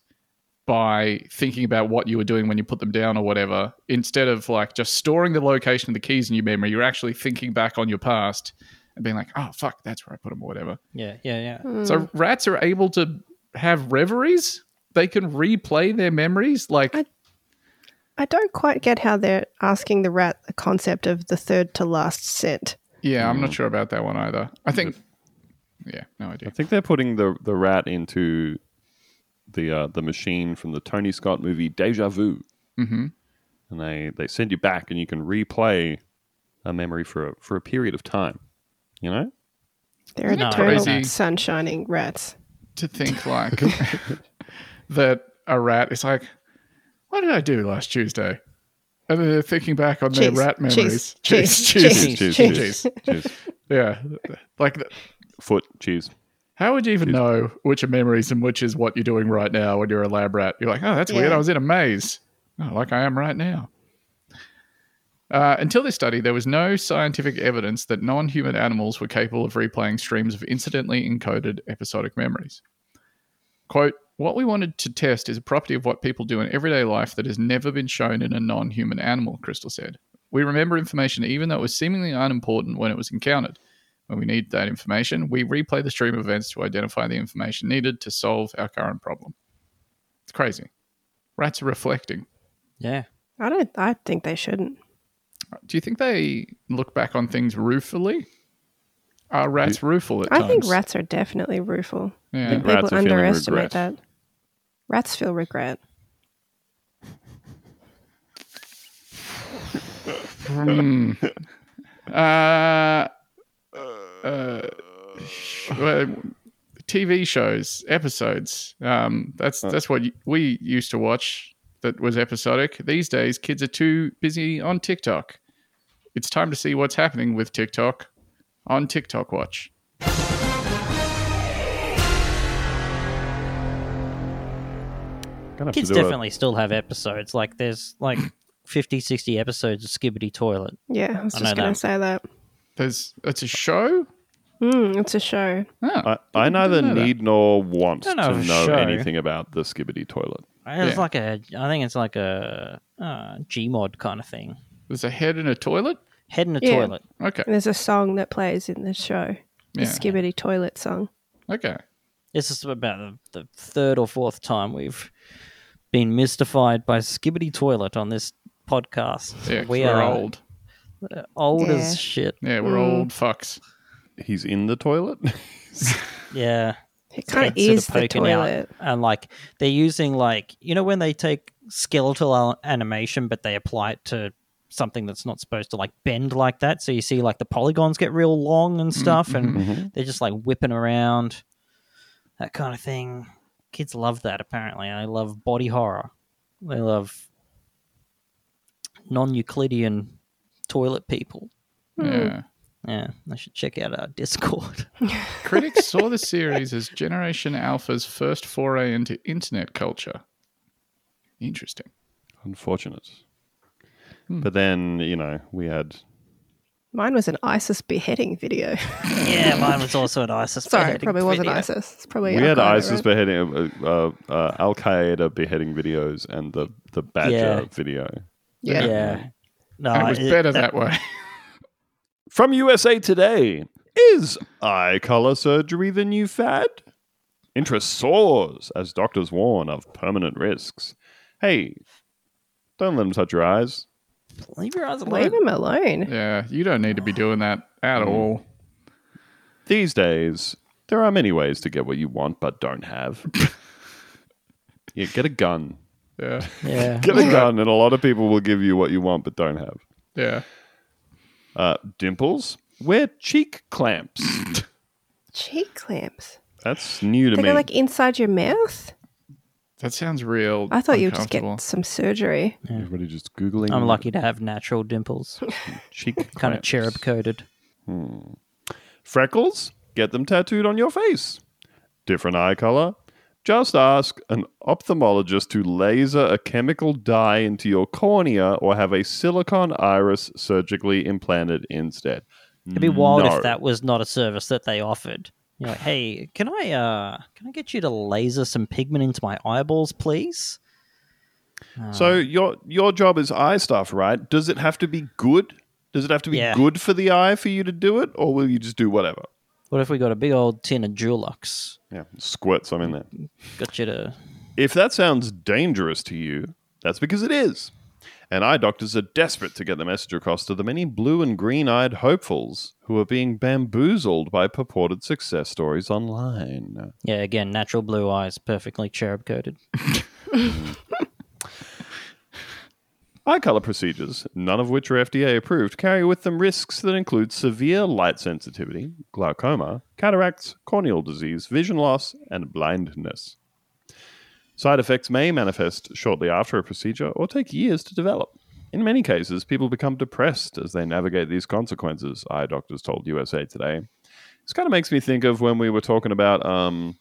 by thinking about what you were doing when you put them down or whatever. Instead of like just storing the location of the keys in your memory, you're actually thinking back on your past and being like, oh, fuck, that's where I put them or whatever.
Yeah, yeah,
Hmm.
yeah.
So rats are able to have reveries. They can replay their memories. Like,
I- I don't quite get how they're asking the rat the concept of the third to last scent.
yeah, I'm not sure about that one either. I think, yeah, no idea.
I think they're putting the the rat into the uh, the machine from the Tony Scott movie Deja Vu,
Mm-hmm.
hmm
and they they send you back, and you can replay a memory for a, for a period of time.
<laughs>
You know,
They're
No,
eternal
crazy.
sunshining rats.
To think like that a rat is like, what did I do last Tuesday? And then they're thinking back on their
Cheese,
rat
<laughs> cheese,
memories.
cheese,
cheese,
cheese.
cheese,
cheese.
cheese, cheese,
Yeah. Like, th-
foot, cheese.
how would you even know which are memories and which is what you're doing right now when you're a lab rat? You're like, oh, that's weird.
Yeah.
I was in a maze. Oh, like I am right now. Uh, until this study, there was no scientific evidence that non human animals were capable of replaying streams of incidentally encoded episodic memories. Quote What we wanted to test is a property of what people do in everyday life that has never been shown in a non human animal, Crystal said. We remember information even though it was seemingly unimportant when it was encountered. When we need that information, we replay the stream of events to identify the information needed to solve our current problem. It's crazy. Rats are reflecting.
Yeah.
<laughs> I don't. I think they shouldn't.
Do you think they look back on things ruefully? Are rats rueful at
I
times?
think rats are definitely rueful.
Yeah.
think
People
rats are feeling
underestimate
regret.
that. Rats feel regret.
Hmm. uh, uh, sh- well, TV shows, episodes. Um, that's that's what y- we used to watch. That was episodic. These days, kids are too busy on TikTok. It's time to see what's happening with TikTok on TikTok Watch.
Gonna have to
Kids
do a-
definitely still have episodes. Like there's
<clears throat>
like 50, 60 episodes of Skibbity Toilet.
Yeah, I was
I
just
know
gonna
that.
say that.
There's it's a show.
Mm, it's a show.
Oh,
I, I neither
know that.
need nor want
I
to
don't know
know
if show.
anything about the Skibbity toilet.
It's
Yeah.
like a, I think it's like a uh, Gmod kind of thing.
there's a head in a toilet.
Head in a
Yeah.
toilet.
Okay.
And there's a song that plays in the show. The
Yeah.
Skibbity Toilet song.
Okay.
This is about the, the third or fourth time we've been mystified by Skibbity Toilet on this podcast.
Yeah, 'cause
we
we're
are
old.
old
Yeah.
as shit.
Yeah, we're old fucks.
He's in the toilet.
Yeah.
It kind of
Heads that are
is the
poking out.
toilet.
and like they're using like you know when they take skeletal al- animation but they apply it to something that's not supposed to like bend like that so you see like the polygons get real long and stuff
Mm-hmm.
and
Mhm.
they're just like whipping around that kind of thing kids love that apparently they love body horror they love non-euclidean toilet people
Yeah.
yeah they should check out
<laughs>
our discord
Critics
<laughs>
saw the series as Generation Alpha's first foray into internet culture. Interesting.
<laughs> Unfortunate.
Hmm.
But then, you know, we had
Mine was an ISIS beheading video. <laughs>
yeah mine was also an isis
Sorry, it
beheading
probably wasn't
video.
ISIS. It's probably
we had
Al-Qaeda,
ISIS
right?
beheading, uh, uh, uh, Al Qaeda beheading videos, and the the Badger
Yeah.
video
Yeah.
yeah no
And it was
it- <laughs>
better that way.
from USA Today. Is eye color surgery the new fad? Interest soars as doctors warn of permanent risks. Hey, don't let them touch your eyes.
Leave your eyes
Leave
alone.
him alone.
yeah, you don't need to be doing that
Mm.
at all.
These days, there are many ways to get what you want but don't have. yeah, get a gun.
Yeah.
Yeah.
Get a gun, and a lot of people will give you what you want but don't have.
Yeah.
Uh, dimples? Wear cheek
<laughs>
clamps.
Cheek clamps.
That's new to
They
me.
go like inside your mouth.
That sounds real.
I thought you would just
uncomfortable.
get some surgery.
Everybody just googling.
I'm lucky to have natural
<laughs>
dimples,
Cheek
<laughs> kind of cherub coated.
Freckles? Get them tattooed on your face. Different eye color? Just ask an ophthalmologist to laser a chemical dye into your cornea or have a silicon iris surgically implanted instead.
It'd be wild
No.
if that was not a service that they offered. You're like, hey, can I uh, can I get you to laser some pigment into my eyeballs, please? Ah.
So your your job is eye stuff, right? Does it have to be good? Does it have to be
Yeah.
good for the eye for you to do it, or will you just do whatever?
What if we got a big old tin of Dulux?
Yeah, squirt some in there.
Got you to
If that sounds dangerous to you, that's because it is. And eye doctors are desperate to get the message across to the many blue and green eyed hopefuls who are being bamboozled by purported success stories online.
yeah again natural blue eyes, perfectly cherub coated.
Eye color procedures, none of which are FDA approved, carry with them risks that include severe light sensitivity, glaucoma, cataracts, corneal disease, vision loss, and blindness. Side effects may manifest shortly after a procedure or take years to develop. In many cases, people become depressed as they navigate these consequences, eye doctors told USA Today. This kind of makes me think of when we were talking about um,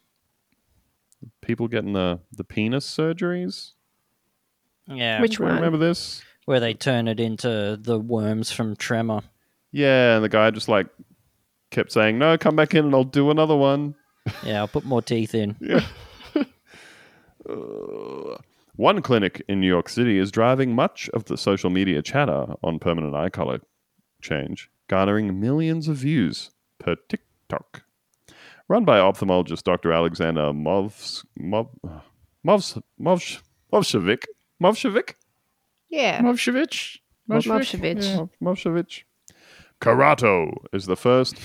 people getting the, the penis surgeries.
Yeah,
Which one?
Remember this?
where they turn it into the worms from Tremor.
Yeah, and the guy just like kept saying, "No, come back in, and I'll do another one."
Yeah, I'll put more teeth in.
One clinic in New York City is driving much of the social media chatter on permanent eye color change, garnering millions of views per TikTok. Run by ophthalmologist Dr. Alexander Movs, Mov, Movs, Movs, Movshevic, Movshevic,
Yeah.
Movshovich?
Movshovich.
Yeah.
Mov- Movshevic. Karato is the first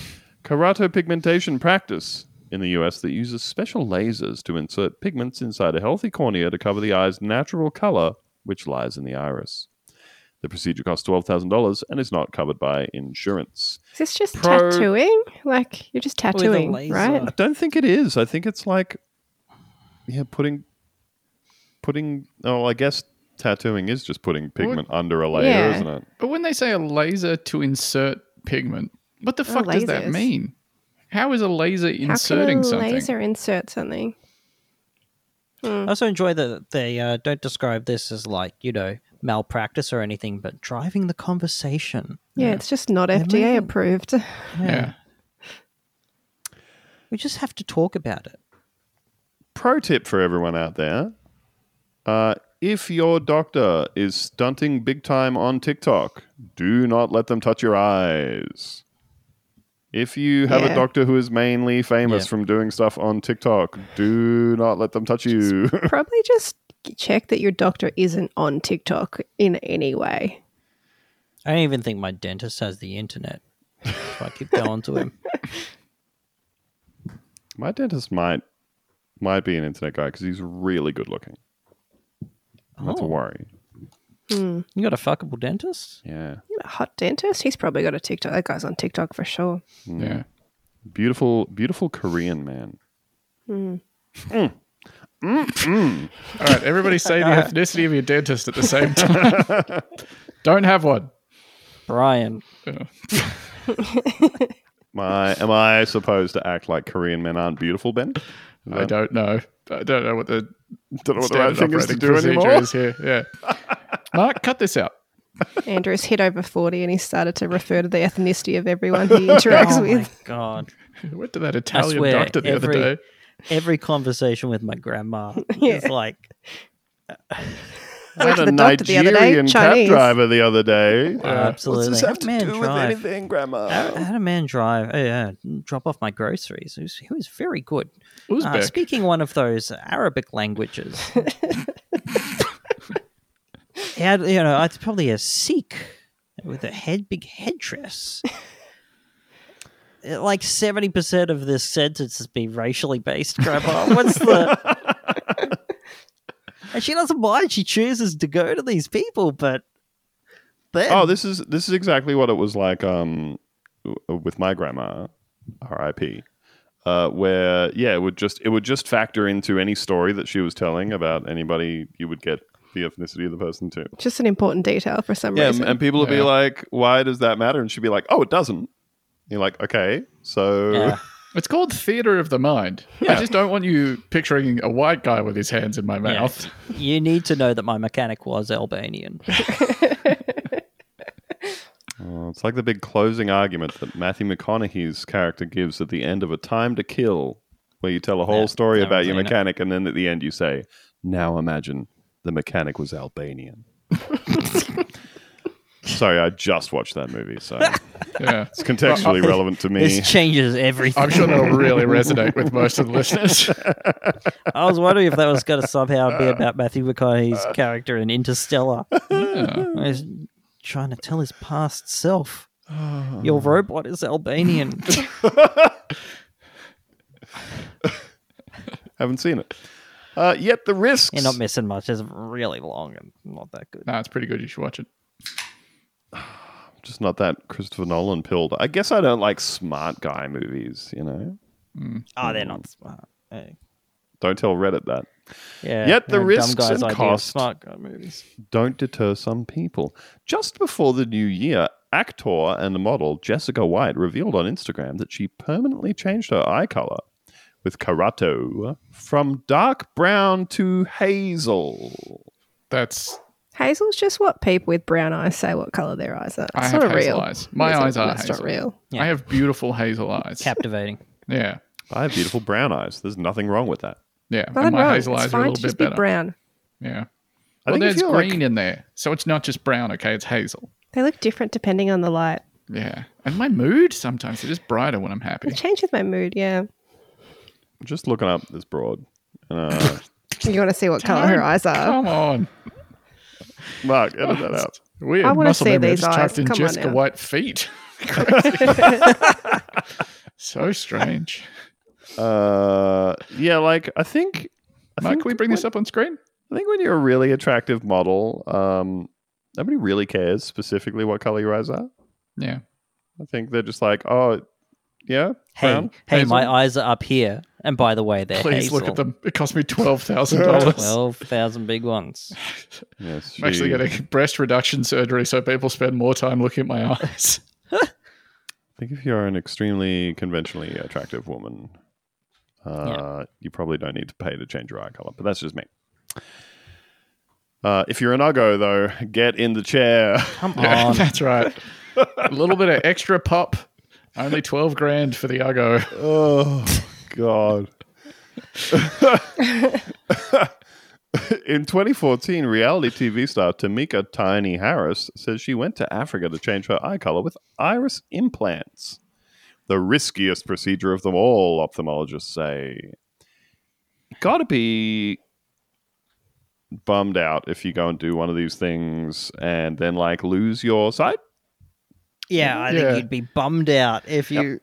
karato pigmentation practice in the US that uses special lasers to insert pigments inside a healthy cornea to cover the eye's natural color, which lies in the iris. The procedure costs $12,000 and is not covered by insurance.
Is this just
Pro-
tattooing? Like you're just
a
tattooing,
laser.
right?
I don't think it is. I think it's like, yeah, putting, putting, oh, I guess tattooing is just putting pigment under a layer,
Yeah.
isn't it?
But when they say a laser to insert pigment, what the fuck does that
Oh, lasers.
mean? How is a laser
How
inserting
can a
something?
laser insert something?
I also enjoy that they uh, don't describe this as like, you know, malpractice or anything, but driving the conversation.
Yeah, it's just not FDA approved. <laughs>
Yeah.
We just have to talk about it.
pro tip for everyone out there uh, if your doctor is stunting big time on TikTok, do not let them touch your eyes. If you have a
Yeah.
doctor who is mainly famous
Yeah.
from doing stuff on TikTok, do not let them touch you.
Probably just check that your doctor isn't on TikTok in any way.
I don't even think my dentist has the internet. So I keep going
<laughs>
to him.
<laughs> My dentist might might be an internet guy because he's really good looking. That's a
Oh.
worry.
You got a fuckable dentist?
Yeah.
A hot dentist? He's probably got a TikTok. That guy's on TikTok for
<laughs>
sure.
Yeah.
Mm.
Beautiful, beautiful Korean man.
All right, everybody
<laughs>
say the ethnicity of your dentist at the same time. Don't have one.
<laughs>
Brian.
My, am I supposed to act like Korean men aren't beautiful, Ben?
I don't know. I don't know what the
Don't know what the right
standard
thing is to
operating
do
procedure
<laughs>
anymore.
is here.
<laughs>
Yeah. Mark, cut this out.
Andrew's hit over 40 and he started to refer to the ethnicity of everyone he interacts
<laughs>
Oh my
with.
god.
I went to that Italian
swear,
doctor the
every-
other day.
Every conversation with
<laughs>
my grandma
Yeah.
is like
I had
to
a
the doctor the other day,
Nigerian cab
Chinese.
driver the other day.
absolutely. Had a man drive.
anything, Grandma?
I had a man drive. Oh, yeah, drop off my groceries. He was, he was very good. Uh,
Uzbek.
speaking one of those Arabic languages. he had, you know, it's probably a Sikh with a head big headdress. Uh, like seventy percent of this sentence has been racially based, Grandma. What's the? and she doesn't mind. She chooses to go to these people, but then
Oh, this is this is exactly what it was like um, w- with my grandma, R.I.P. Uh, where yeah, it would just it would just factor into any story that she was telling about anybody. You would get the ethnicity of the person too.
Just an important detail for some
Yeah,
reason.
and people would be
Yeah. um,
like, "Why does that matter?" And she'd be like, "Oh, it doesn't." You're like, "Okay, so."
Yeah.
It's called theater of the mind. I just don't want you picturing a white guy with his hands in my
Yeah.
mouth.
You need to know that my mechanic was
<laughs>
Albanian.
Well, it's like the big closing argument that Matthew McConaughey's character gives at the end of A Time to Kill, where you tell a whole
Yeah,
story
no
about
one's
your
seen it.
mechanic, and then at the end you say, "Now imagine the mechanic was
<laughs>
Albanian." Sorry, I just watched that movie, so
<laughs>
it's
Yeah.
contextually relevant to me.
This changes everything.
I'm sure that'll really resonate with most of the
<laughs>
listeners.
I was wondering if that was
<laughs>
going to somehow be about Matthew McConaughey's character in Interstellar. He's trying to tell his past self,
Oh.
your robot is
<laughs>
Albanian.
<laughs> Haven't seen it. Uh, yet the risks.
You're not missing much. It's really long and not that good.
No, it's pretty good. You should watch it.
just not that Christopher Nolan pilled. I guess I don't like smart guy movies. You know,
Oh, they're not smart. Hey.
don't tell Reddit that.
Yeah,
Yet the
yeah, dumb
risks
guys'
and
idea of
cost-
Smart guy movies.
don't deter some people. Just before the new year, actor and model Jessica White revealed on Instagram that she permanently changed her eye color with Karato from dark brown to hazel.
That's
Hazel's just what people with brown eyes say what color their eyes are.
I
It's
have
not a
hazel
real.
eyes. My
it's
eyes
not,
are
It's
hazel.
not real.
Yeah.
I have beautiful hazel eyes.
Captivating.
Yeah.
I have beautiful brown eyes. There's nothing wrong with that.
Yeah.
Nothing
and my
wrong.
hazel
it's
eyes
fine
are a
to
little
just
bit
be
better.
brown.
I
Yeah. well,
think if
there's
you're,
green
like-
in there. So it's not just brown, okay? It's hazel.
They look different depending on the light.
Yeah. And my mood sometimes they're just brighter when I'm happy.
It changes my mood. Yeah.
just looking up this broad. And, uh,
You want to see what color her
Don't-
eyes are?
Come on.
Mark, edit that out.
Weird.
I wanna
muscle
see
memory
these
just
eyes.
chucked in
Come on
Jessica
now.
White feet. <laughs> so strange.
Uh, yeah, like I think. I
Mike,
think
can we bring this
when-
up on screen?
I think when you're a really attractive model, um, nobody really cares specifically what color your eyes are.
Yeah.
I think they're just like, oh, yeah,
Hey,
brown.
hey,
Hazel.
my eyes are up here. And by the way, they're
Please look at
hazel.
them. It cost me twelve thousand
<laughs>
<laughs> dollars.
Twelve thousand big ones.
Yes,
I'm actually
she-
getting breast reduction surgery so people spend more time looking at my eyes.
I think if you're an extremely conventionally attractive woman, uh, you probably don't need to pay to change your eye color, but that's just me. Uh, if you're an uggo, though, get in the chair. <laughs>
Come
Yeah,
Um,
on.
<laughs> that's right. A little bit of extra pop. Only twelve grand for the Uggo.
oh, God. in 2014, reality TV star Tamika Tiny Harris says she went to Africa to change her eye color with iris implants. The riskiest procedure of them all, ophthalmologists say. Gotta be bummed out if you go and do one of these things and then like lose your sight.
<laughs> Yeah, I
Yeah.
think you'd be bummed out if you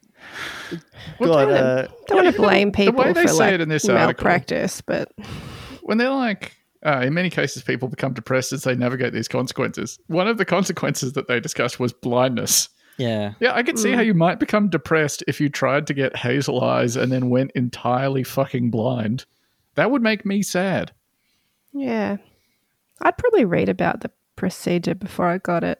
got
Well,
uh,
Don't want to blame
the way
people
they
for
say
like
it in this article-
malpractice, but
when they're like uh, in many cases people become depressed as they navigate these consequences one of the consequences that they discussed was blindness
yeah.
yeah i can see
Mm.
how you might become depressed if you tried to get hazel eyes and then went entirely fucking blind that would make me sad
yeah, I'd probably read about the procedure before I got it.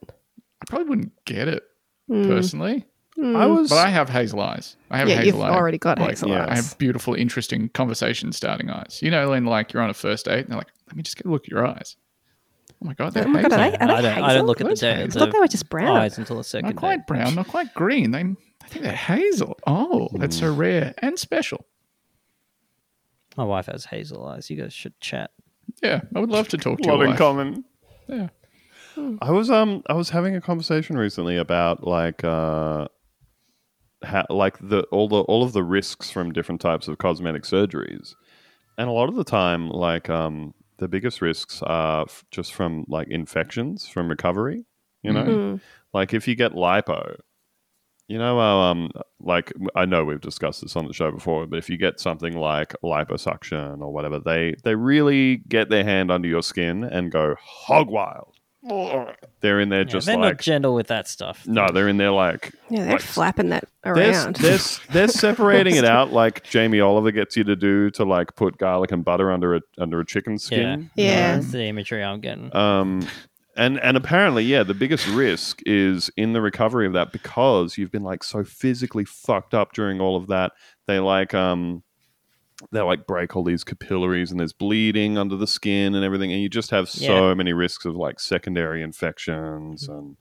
i probably wouldn't get it personally
I was
but i have hazel eyes i have
Mm. Yeah,
hazel
you've
eye-
already got
like,
hazel
yeah,
eyes.
i have beautiful interesting conversation starting eyes you know when like you're on a first date and they're like let me just get a look at your eyes oh my god they're
Oh my God,
hazel.
I-
I don't, I
hazel?
don't look at the,
Those
day,
hazel.
I thought they
the
were just brown.
eyes until the second
not quite
day.
brown, not quite green. They, I think they're hazel. Oh, that's so rare and special.
My wife has hazel eyes. You guys should chat.
Yeah, I would love to talk to
lot
you.
in common.
Yeah.
I was um I was having a conversation recently about like uh ha- like the all the all of the risks from different types of cosmetic surgeries. And a lot of the time like um the biggest risks are f- just from like infections from recovery, you
Mm-hmm.
Hmm.
know?
Hmm.
Like if you get lipo, you know how um like I know we've discussed this on the show before, but if you get something like liposuction or whatever, they they really get their hand under your skin and go hog wild. They're in there
Yeah,
just
they're not
like
gentle with that stuff.
no, they're in there like
Yeah, they're
like,
flapping that
They're, s-
around.
they're, s- they're separating it out like Jamie Oliver gets you to do to like put garlic and butter under a under a chicken
Yeah.
skin.
<laughs> Yeah.
That's the imagery I'm getting.
Um, and and apparently, yeah, the biggest risk is in the recovery of that because you've been like so physically fucked up during all of that. They like um, they like break all these capillaries and there's bleeding under the skin and everything, and you just have so many risks of like secondary infections and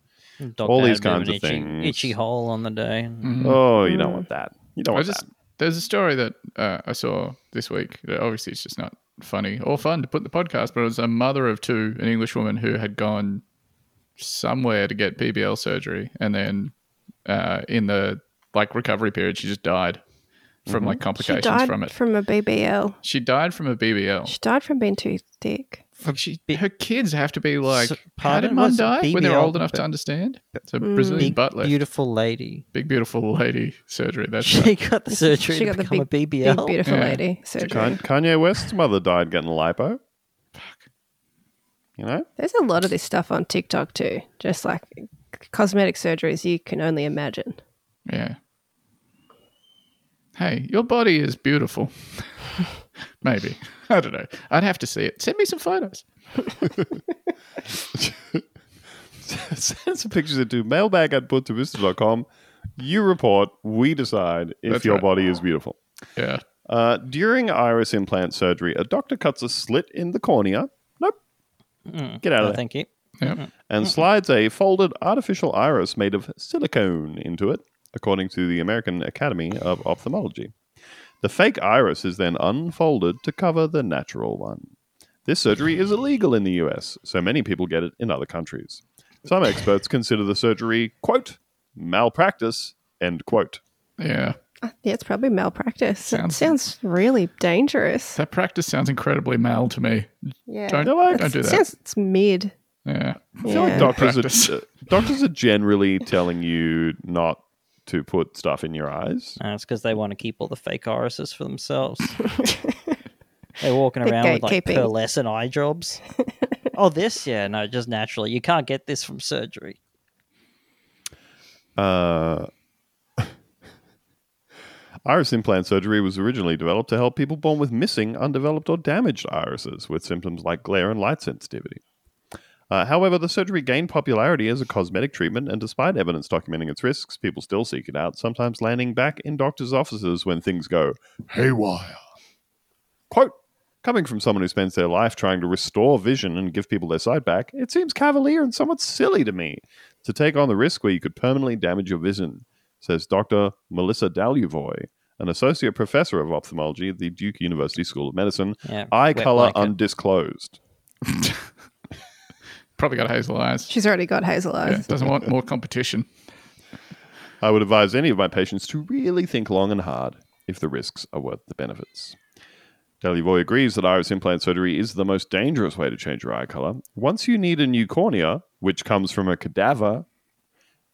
Dog
all these
dad with
kinds
an
of
itchy,
things.
Itchy hole on the day. Mm.
oh, you don't want that. You don't
I
want
just
that.
there's a story that uh, I saw this week. that Obviously, it's just not funny or fun to put in the podcast, but it was a mother of two, an English woman who had gone somewhere to get PBL surgery, and then uh, in the like recovery period, she just died from like
Mm-hmm. she
complications
died
from it.
a BBL.
she died from a BBL.
She died from being too thick.
Like she, her kids have to be like,
So-
how did
pardon?
mum
What's
die when they're
BBL?
old enough to understand? It's
Mm.
a Brazilian
Big,
butt lift.
beautiful lady. <laughs>
big, beautiful lady surgery. That's right.
She got the surgery
She
to
got the
become
big,
a BBL.
big beautiful
Yeah.
lady surgery.
Kan- Kanye West's mother died getting lipo. You know,
There's a lot of this stuff on TikTok too, just like cosmetic surgeries you can only imagine.
Yeah. Hey, your body is beautiful. <laughs> Maybe. I don't know. I'd have to see it. Send me some photos.
send some pictures into mailbag at buntabista.com. You report, we decide if
That's
your
right.
body is beautiful.
Yeah.
Uh, during iris implant surgery, a doctor cuts a slit in the cornea. Nope.
Hmm.
Get out
No,
of there.
Oh, thank you.
And slides a folded artificial iris made of silicone into it, according to the American Academy of Ophthalmology. The fake iris is then unfolded to cover the natural one. This surgery is illegal in the US, so many people get it in other countries. Some experts consider the surgery, quote, malpractice, end quote.
Yeah.
Yeah, it's probably malpractice.
Sounds-
Sounds, sounds really dangerous.
That practice sounds incredibly male to me.
Yeah.
Don't,
They're like-
don't do
It
that.
sounds it's mid.
yeah.
I feel like
Yeah.
doctors
Practice.
are, uh, <laughs> doctors are generally telling you not to put stuff in your eyes.
No, Uh, it's because they want to keep all the fake irises for themselves. They're walking
They're
around with like
gatekeeping.
pearlescent eye jobs. oh, this? Yeah, no, just naturally. You can't get this from surgery.
Uh, iris implant surgery was originally developed to help people born with missing, undeveloped, or damaged irises with symptoms like glare and light sensitivity. Uh, however, the surgery gained popularity as a cosmetic treatment, and despite evidence documenting its risks, people still seek it out, sometimes landing back in doctors' offices when things go haywire. Quote Coming from someone who spends their life trying to restore vision and give people their sight back, it seems cavalier and somewhat silly to me to take on the risk where you could permanently damage your vision, says Dr. Melissa Daluvoy, an associate professor of ophthalmology at the Duke University School of Medicine.
Yeah,
Eye
wet
color
blanket.
undisclosed.
Probably got hazel
<laughs>
eyes.
She's already got hazel
Yeah,
eyes.
doesn't want more competition.
I would advise any of my patients to really think long and hard if the risks are worth the benefits. Daluvoy agrees that iris implant surgery is the most dangerous way to change your eye color. Once you need a new cornea, which comes from a cadaver,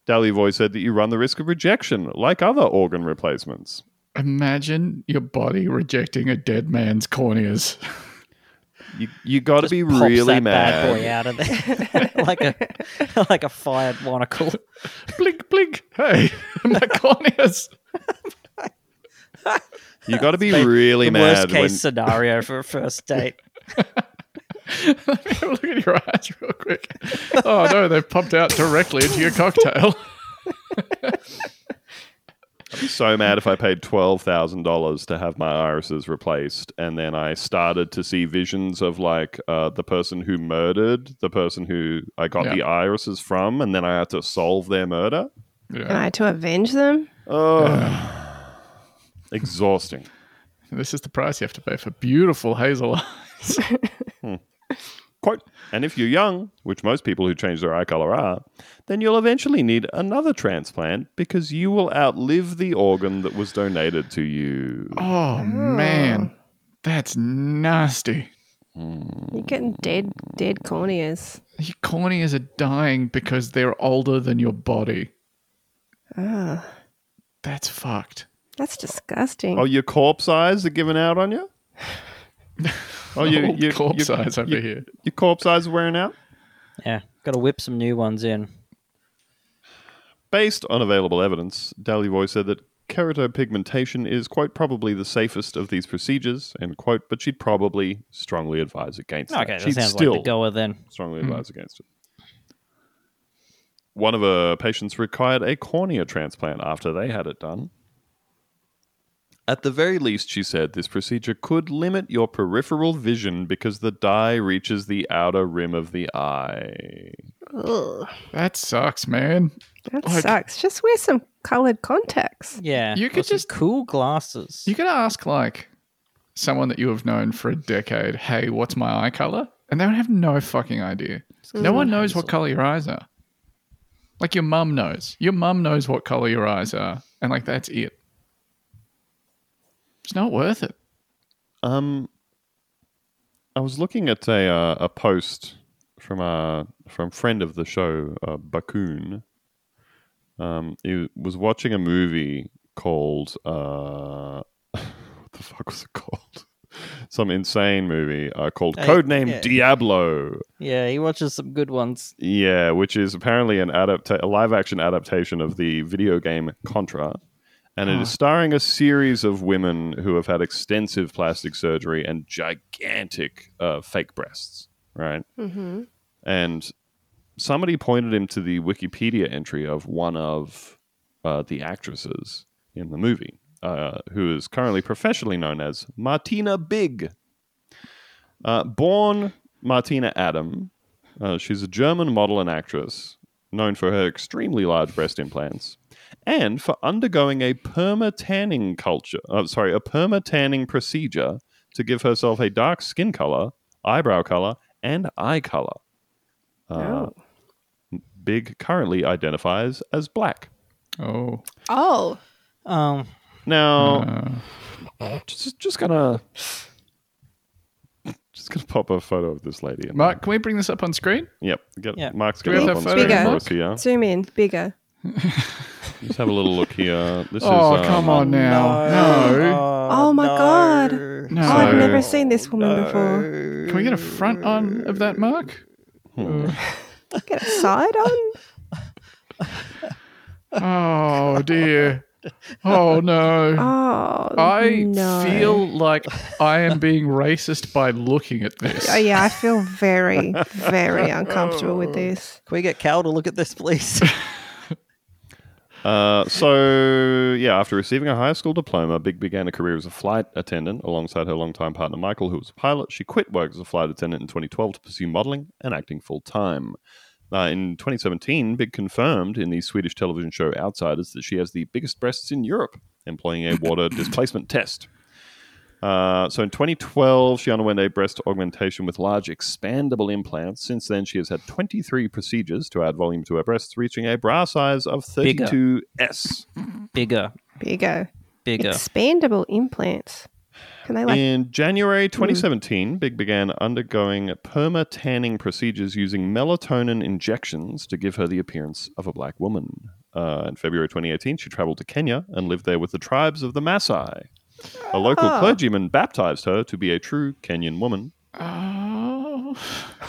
Daluvoy said that you run the risk of rejection, like other organ replacements.
Imagine your body rejecting a dead man's corneas.
You, you got to
Just
be
pops
really
that bad
mad.
boy out of there <laughs> like a <laughs> like a fired monocle.
blink, blink. Hey, <laughs> my corneas.
You got to <laughs> be
<laughs>
really
the worst
mad.
case
When, <laughs>
scenario for a first date.
Let me have a <laughs> look at your eyes real quick. Oh no, they've popped out directly into your cocktail. <laughs>
I'd be so mad if I paid twelve thousand dollars to have my irises replaced, and then I started to see visions of like uh, the person who murdered the person who I got
Yeah.
the irises from, and then I had to solve their murder.
And I
Yeah.
had to avenge them.
Oh, exhausting.
This is the price you have to pay for beautiful hazel <laughs> eyes.
Quote, and if you're young, which most people who change their eye color are, then you'll eventually need another transplant because you will outlive the organ that was donated to you.
Oh man, that's nasty.
You're getting dead, dead corneas.
Your corneas are dying because they're older than your body.
Oh,
That's fucked.
that's disgusting.
Oh, your corpse eyes are giving out on
<laughs>
you? Oh,
Your
you, you,
corpse
you,
eyes over
you-
here.
Your corpse eyes are wearing out?
Yeah, got to whip some new ones in.
Based on available evidence, Dalyvoy said that keratopigmentation is, quote, probably the safest of these procedures, end quote, but she'd probably strongly advise against it.
Okay, that
she'd
sounds
still
like the Mm-hmm. goer then.
strongly advise against it. One of her patients required a cornea transplant after they had it done. At the very least, she said this procedure could limit your peripheral vision because the dye reaches the outer rim of the eye.
Ugh,
That sucks, man.
that
Like-
sucks. Just wear some colored contacts.
Yeah,
You
or
could
some
just-
cool glasses.
You could ask like someone that you have known for a decade, "Hey, what's my eye color?" And they would have no fucking idea. No one knows what color your eyes are. Like your mum knows. Your mum knows what color your eyes are, and like that's it. It's not worth it.
Um, I was looking at a uh, a post from a from friend of the show, uh, Bakun. Um, he was watching a movie called uh, <laughs> what the fuck was it called? <laughs> Some insane movie uh, called
Uh,
Codename
yeah.
Diablo.
yeah, he watches some good ones.
Yeah, which is apparently an adapta- a live action adaptation of the video game Contra. And it is starring a series of women who have had extensive plastic surgery and gigantic uh, fake breasts, right?
Mm-hmm.
And somebody pointed him to the Wikipedia entry of one of uh, the actresses in the movie, uh, who is currently professionally known as Martina Big. Uh, born Martina Adam, Uh, she's a German model and actress, known for her extremely large breast implants and for undergoing a perma tanning culture. Oh, sorry, a perma tanning procedure to give herself a dark skin color, eyebrow color, and eye color. Uh,
Oh.
Big currently identifies as black.
Oh,
Oh,
Um,
Now,
uh,
just, just gonna just gonna pop a photo of this lady. In
Mark, can we bring this up on screen?
Yep. Get,
Yeah.
Mark's
Do
got
we
it up
have
on
that
screen
photo,
for
Mark?
us here.
zoom in bigger.
Let's have a little look here.
<laughs>
This
oh,
is. um,
come on now. No.
Oh my God.
No.
oh, I've never
So-
seen this woman before.
Can we get a front on of that, Mark?
Get a side on.
Oh
<laughs>
dear. Oh no.
Oh,
I
no.
feel like I am being racist by looking at this.
Oh, yeah, I feel
<laughs>
very, very uncomfortable with this.
Can we get Cal to look at this, please?
Uh, so, yeah, after receiving a high school diploma, Big began a career as a flight attendant alongside her longtime partner Michael, who was a pilot. She quit work as a flight attendant in 2012 to pursue modeling and acting full time. Uh, in 2017, Big confirmed in the Swedish television show Outsiders that she has the biggest breasts in Europe, employing a water displacement test. Uh, so in 2012, she underwent a breast augmentation with large expandable implants. Since then, she has had 23 procedures to add volume to her breasts, reaching a bra size of
Bigger.
32S.
<laughs> bigger,
Bigger.
bigger.
Expandable implants. Can they like
In January 2017, Big began undergoing perma tanning procedures using melatonin injections to give her the appearance of a black woman. Uh, in February 2018, she traveled to Kenya and lived there with the tribes of the Maasai. A local clergyman baptized her to be a true Kenyan woman.
Oh.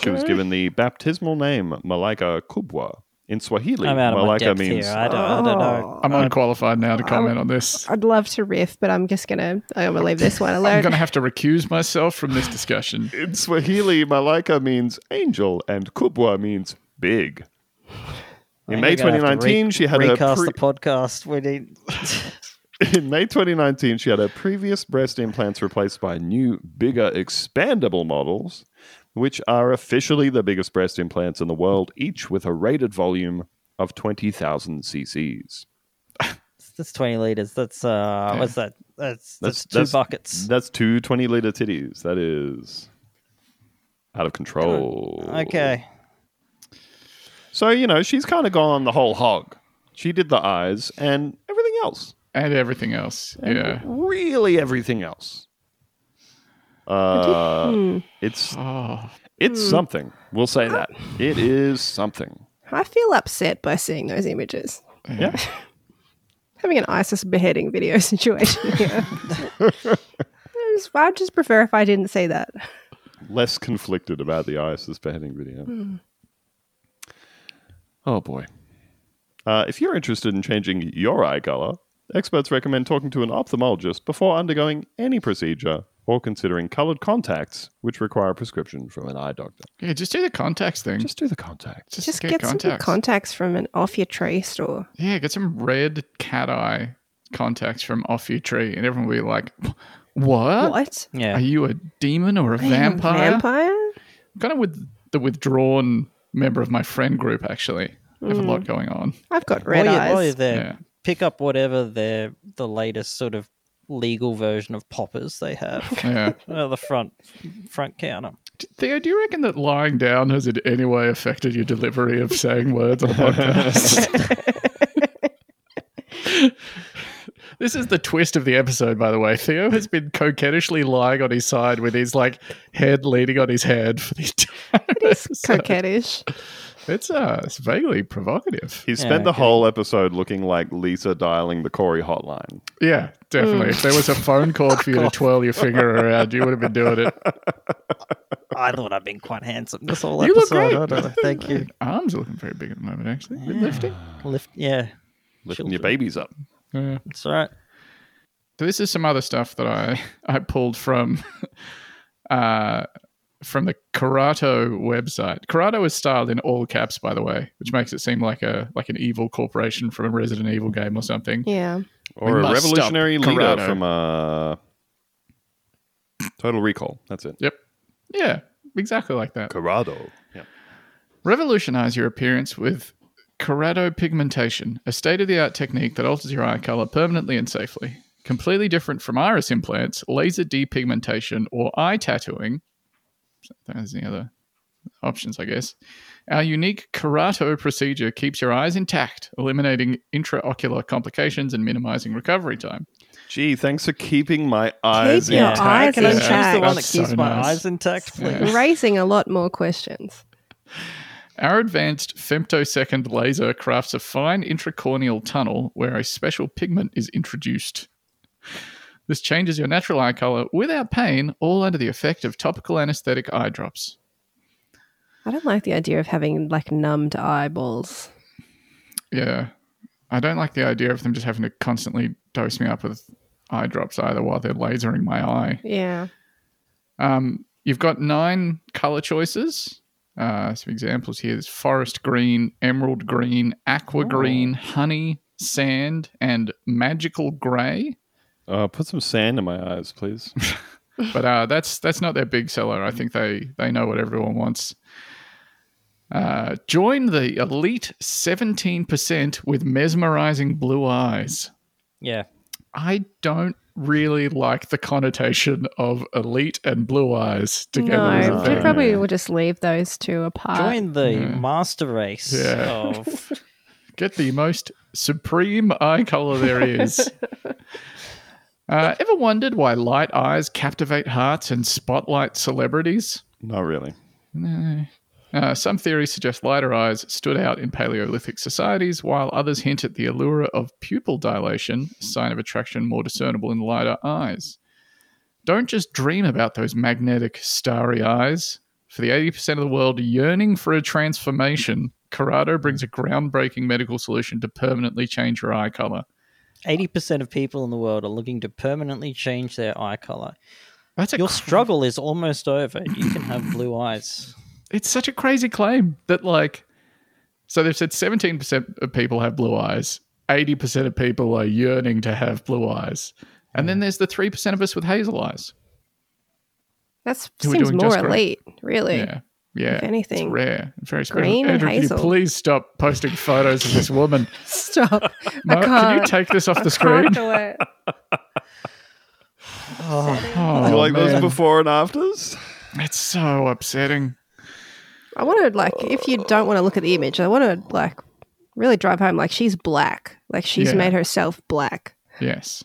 She was given the baptismal name Malaika Kubwa. In Swahili,
I'm out of my
Malaika
depth
means
here. I don't, I don't know.
Oh,
I'm unqualified now to comment on this.
I'd love to riff, but I'm just gonna I'm gonna leave
<laughs>
this one
I'm
alone.
going to have to recuse myself from this discussion.
In Swahili, Malaika means angel and Kubwa means big. In May
We're gonna have to
2019,
re-
she had her
recast
pre- <laughs>
the podcast. We need. <laughs>
in May 2019, she had her previous breast implants replaced by new, bigger, expandable models, which are officially the biggest breast implants in the world, each with a rated volume of 20,000 cc's.
That's 20 liters. That's uh, what's that? That's that's, two buckets.
That's two 20 liter titties. That is out of control.
Okay.
So, you know, she's kind of gone the whole hog. She did the eyes and everything else.
And everything else. Yeah.
Really everything else. Uh, it's
Oh.
it's something. We'll say that. It is something.
I feel upset by seeing those images.
Yeah.
Having an ISIS beheading video <laughs> situation here. I just- I'd just prefer if I didn't say that.
Less conflicted about the ISIS beheading video. Hmm. Oh boy. Uh, if you're interested in changing your eye color, experts recommend talking to an ophthalmologist before undergoing any procedure or considering colored contacts, which require a prescription from an eye doctor.
Yeah, just do the contacts thing. Just,
Just do the contacts.
Just get, some contacts from an off your tree store.
Yeah, get some red cat eye contacts from off your tree, and everyone will be like, "What?
what?
Are
Yeah.
you a demon or
I am
a
a
Oh, vampire?"
Vampire?
Kind of with the withdrawn member of my friend group. Actually, I have a lot going on.
I've got
While
red
you- while you're
eyes.
there,
Yeah.
pick up whatever the the latest sort of legal version of poppers they
<laughs>
have.
Yeah,
Uh, the front front counter.
D- Theo, do you reckon that lying down has in any way affected your delivery of saying words on a podcast? This is the twist of the episode, by the way. Theo has been coquettishly lying on his side with his like head leaning on his hand for the entire. <laughs> episode.
Coquettish.
It's uh, it's vaguely provocative.
He spent the
okay.
whole episode looking like Lisa dialing the Corey hotline.
Yeah, definitely. If there was a phone call for you to twirl your finger around, you would have been doing it.
I thought I'd been quite handsome this whole
You look
episode.
great.
I don't know. Thank you.
Arms are looking very big at the moment, actually. Bit lifting.
Lift. Yeah.
Lifting your babies up.
Yeah.
It's all right.
So this is some other stuff that I <laughs> I pulled from <laughs> uh from the Karato website. Karato is styled in all caps, by the way, which makes it seem like a like an evil corporation from a Resident Evil game or something.
Yeah.
Or
We
a
must stop
revolutionary leader
Corrado.
from uh, Total Recall. That's it.
Yep. Yeah. Exactly like that.
Corrado. Yeah.
Revolutionize your appearance with Corrado pigmentation, a state of the art technique that alters your eye color permanently and safely. Completely different from iris implants, laser depigmentation, or eye tattooing. There's the other options, I guess. Our unique Carato procedure keeps your eyes intact, eliminating intraocular complications and minimizing recovery time.
Gee, thanks for keeping my eyes
your
intact.
eyes
Can I choose
intact.
the one that
That's
keeps
so
my
nice.
eyes intact, please?
Yeah.
Raising a lot more questions.
Our advanced femtosecond laser crafts a fine intracorneal tunnel where a special pigment is introduced. This changes your natural eye color without pain, all under the effect of topical anesthetic eye drops.
I don't like the idea of having like numbed eyeballs.
Yeah. I don't like the idea of them just having to constantly dose me up with eye drops either while they're lasering my eye.
Yeah.
Um, you've got nine color choices. Uh, some examples here: there's forest green, emerald green, aqua green, honey, sand, and magical grey.
Uh, put some sand in my eyes, please. <laughs>
But uh, that's that's not their big seller. I think they they know what everyone wants. Uh, join the elite 17% with mesmerizing blue eyes.
Yeah.
I don't really like the connotation of elite and blue eyes together. as a
No, we
thing.
probably will just leave those two apart.
Join the master race
Uh, Yeah. <laughs>
of
Get the most supreme eye color there is. Uh, ever wondered why light eyes captivate hearts and spotlight celebrities?
Not really.
No. Uh, some theories suggest lighter eyes stood out in Paleolithic societies, while others hint at the allure of pupil dilation, a sign of attraction more discernible in lighter eyes. Don't just dream about those magnetic, starry eyes. For the 80% of the world yearning for a transformation, Corrado brings a groundbreaking medical solution to permanently change your eye color.
80% of people in the world are looking to permanently change their eye color.
That's a
Your
cr-
struggle is almost over. You can have blue
<laughs>
eyes.
it's such a crazy claim that like so they've said 17% of people have blue eyes 80% of people are yearning to have blue eyes and
Mm.
then there's the 3% of us with hazel eyes
That
We're
seems
doing
more
just great.
elite, really.
yeah yeah
If anything,
it's rare very special
green and
Andrew, can you
hazel.
please stop posting photos of this woman
Stop.
Mo,
<laughs> I
can
can't.
you take this off the
I
screen
can't do it.
oh,
you like those
man.
before and afters?
it's so upsetting
I want to like if you don't want to look at the image, I want to like really drive home like she's black, like she's
Yeah.
made herself black.
yes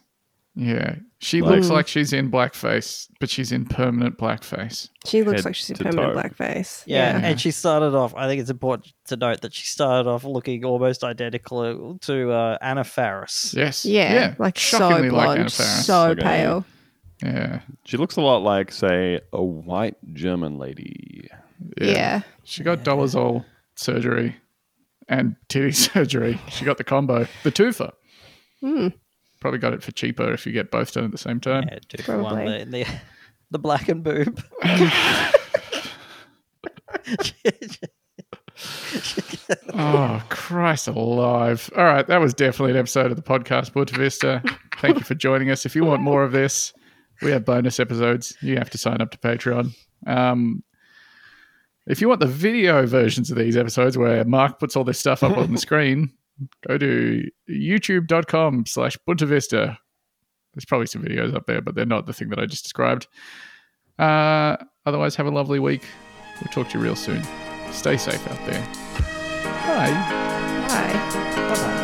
yeah she
Like-
looks like she's in blackface but she's in permanent blackface
She looks
Head
like she's in
to
permanent
toe.
blackface.
Yeah, and she started off. I think it's important to note that she started off looking almost identical to uh, Anna Faris.
yes
yeah, like so
Shockingly like
blonde,
Anna Faris.
so
Okay.
pale.
yeah
She looks a lot like, say, a white German lady.
Yeah.
She got dolazole surgery and titty <laughs> surgery. She got the combo, the twofer. Probably got it for cheaper if you get both done at the same time.
Yeah, two for one.
Probably.
The, the, <laughs> the black and boob.
Oh, Christ alive. All right, that was definitely an episode of the podcast, Buta Vista. Thank you for joining us. If you want more of this, we have bonus episodes. You have to sign up to Patreon. Um, if you want the video versions of these episodes where Mark puts all this stuff up on the screen, go to youtube.com slash Bunta Vista. There's probably some videos up there, but they're not the thing that I just described. Uh, otherwise, have a lovely week. We'll talk to you real soon. Stay safe out there. Bye.
Hi.
Bye-bye.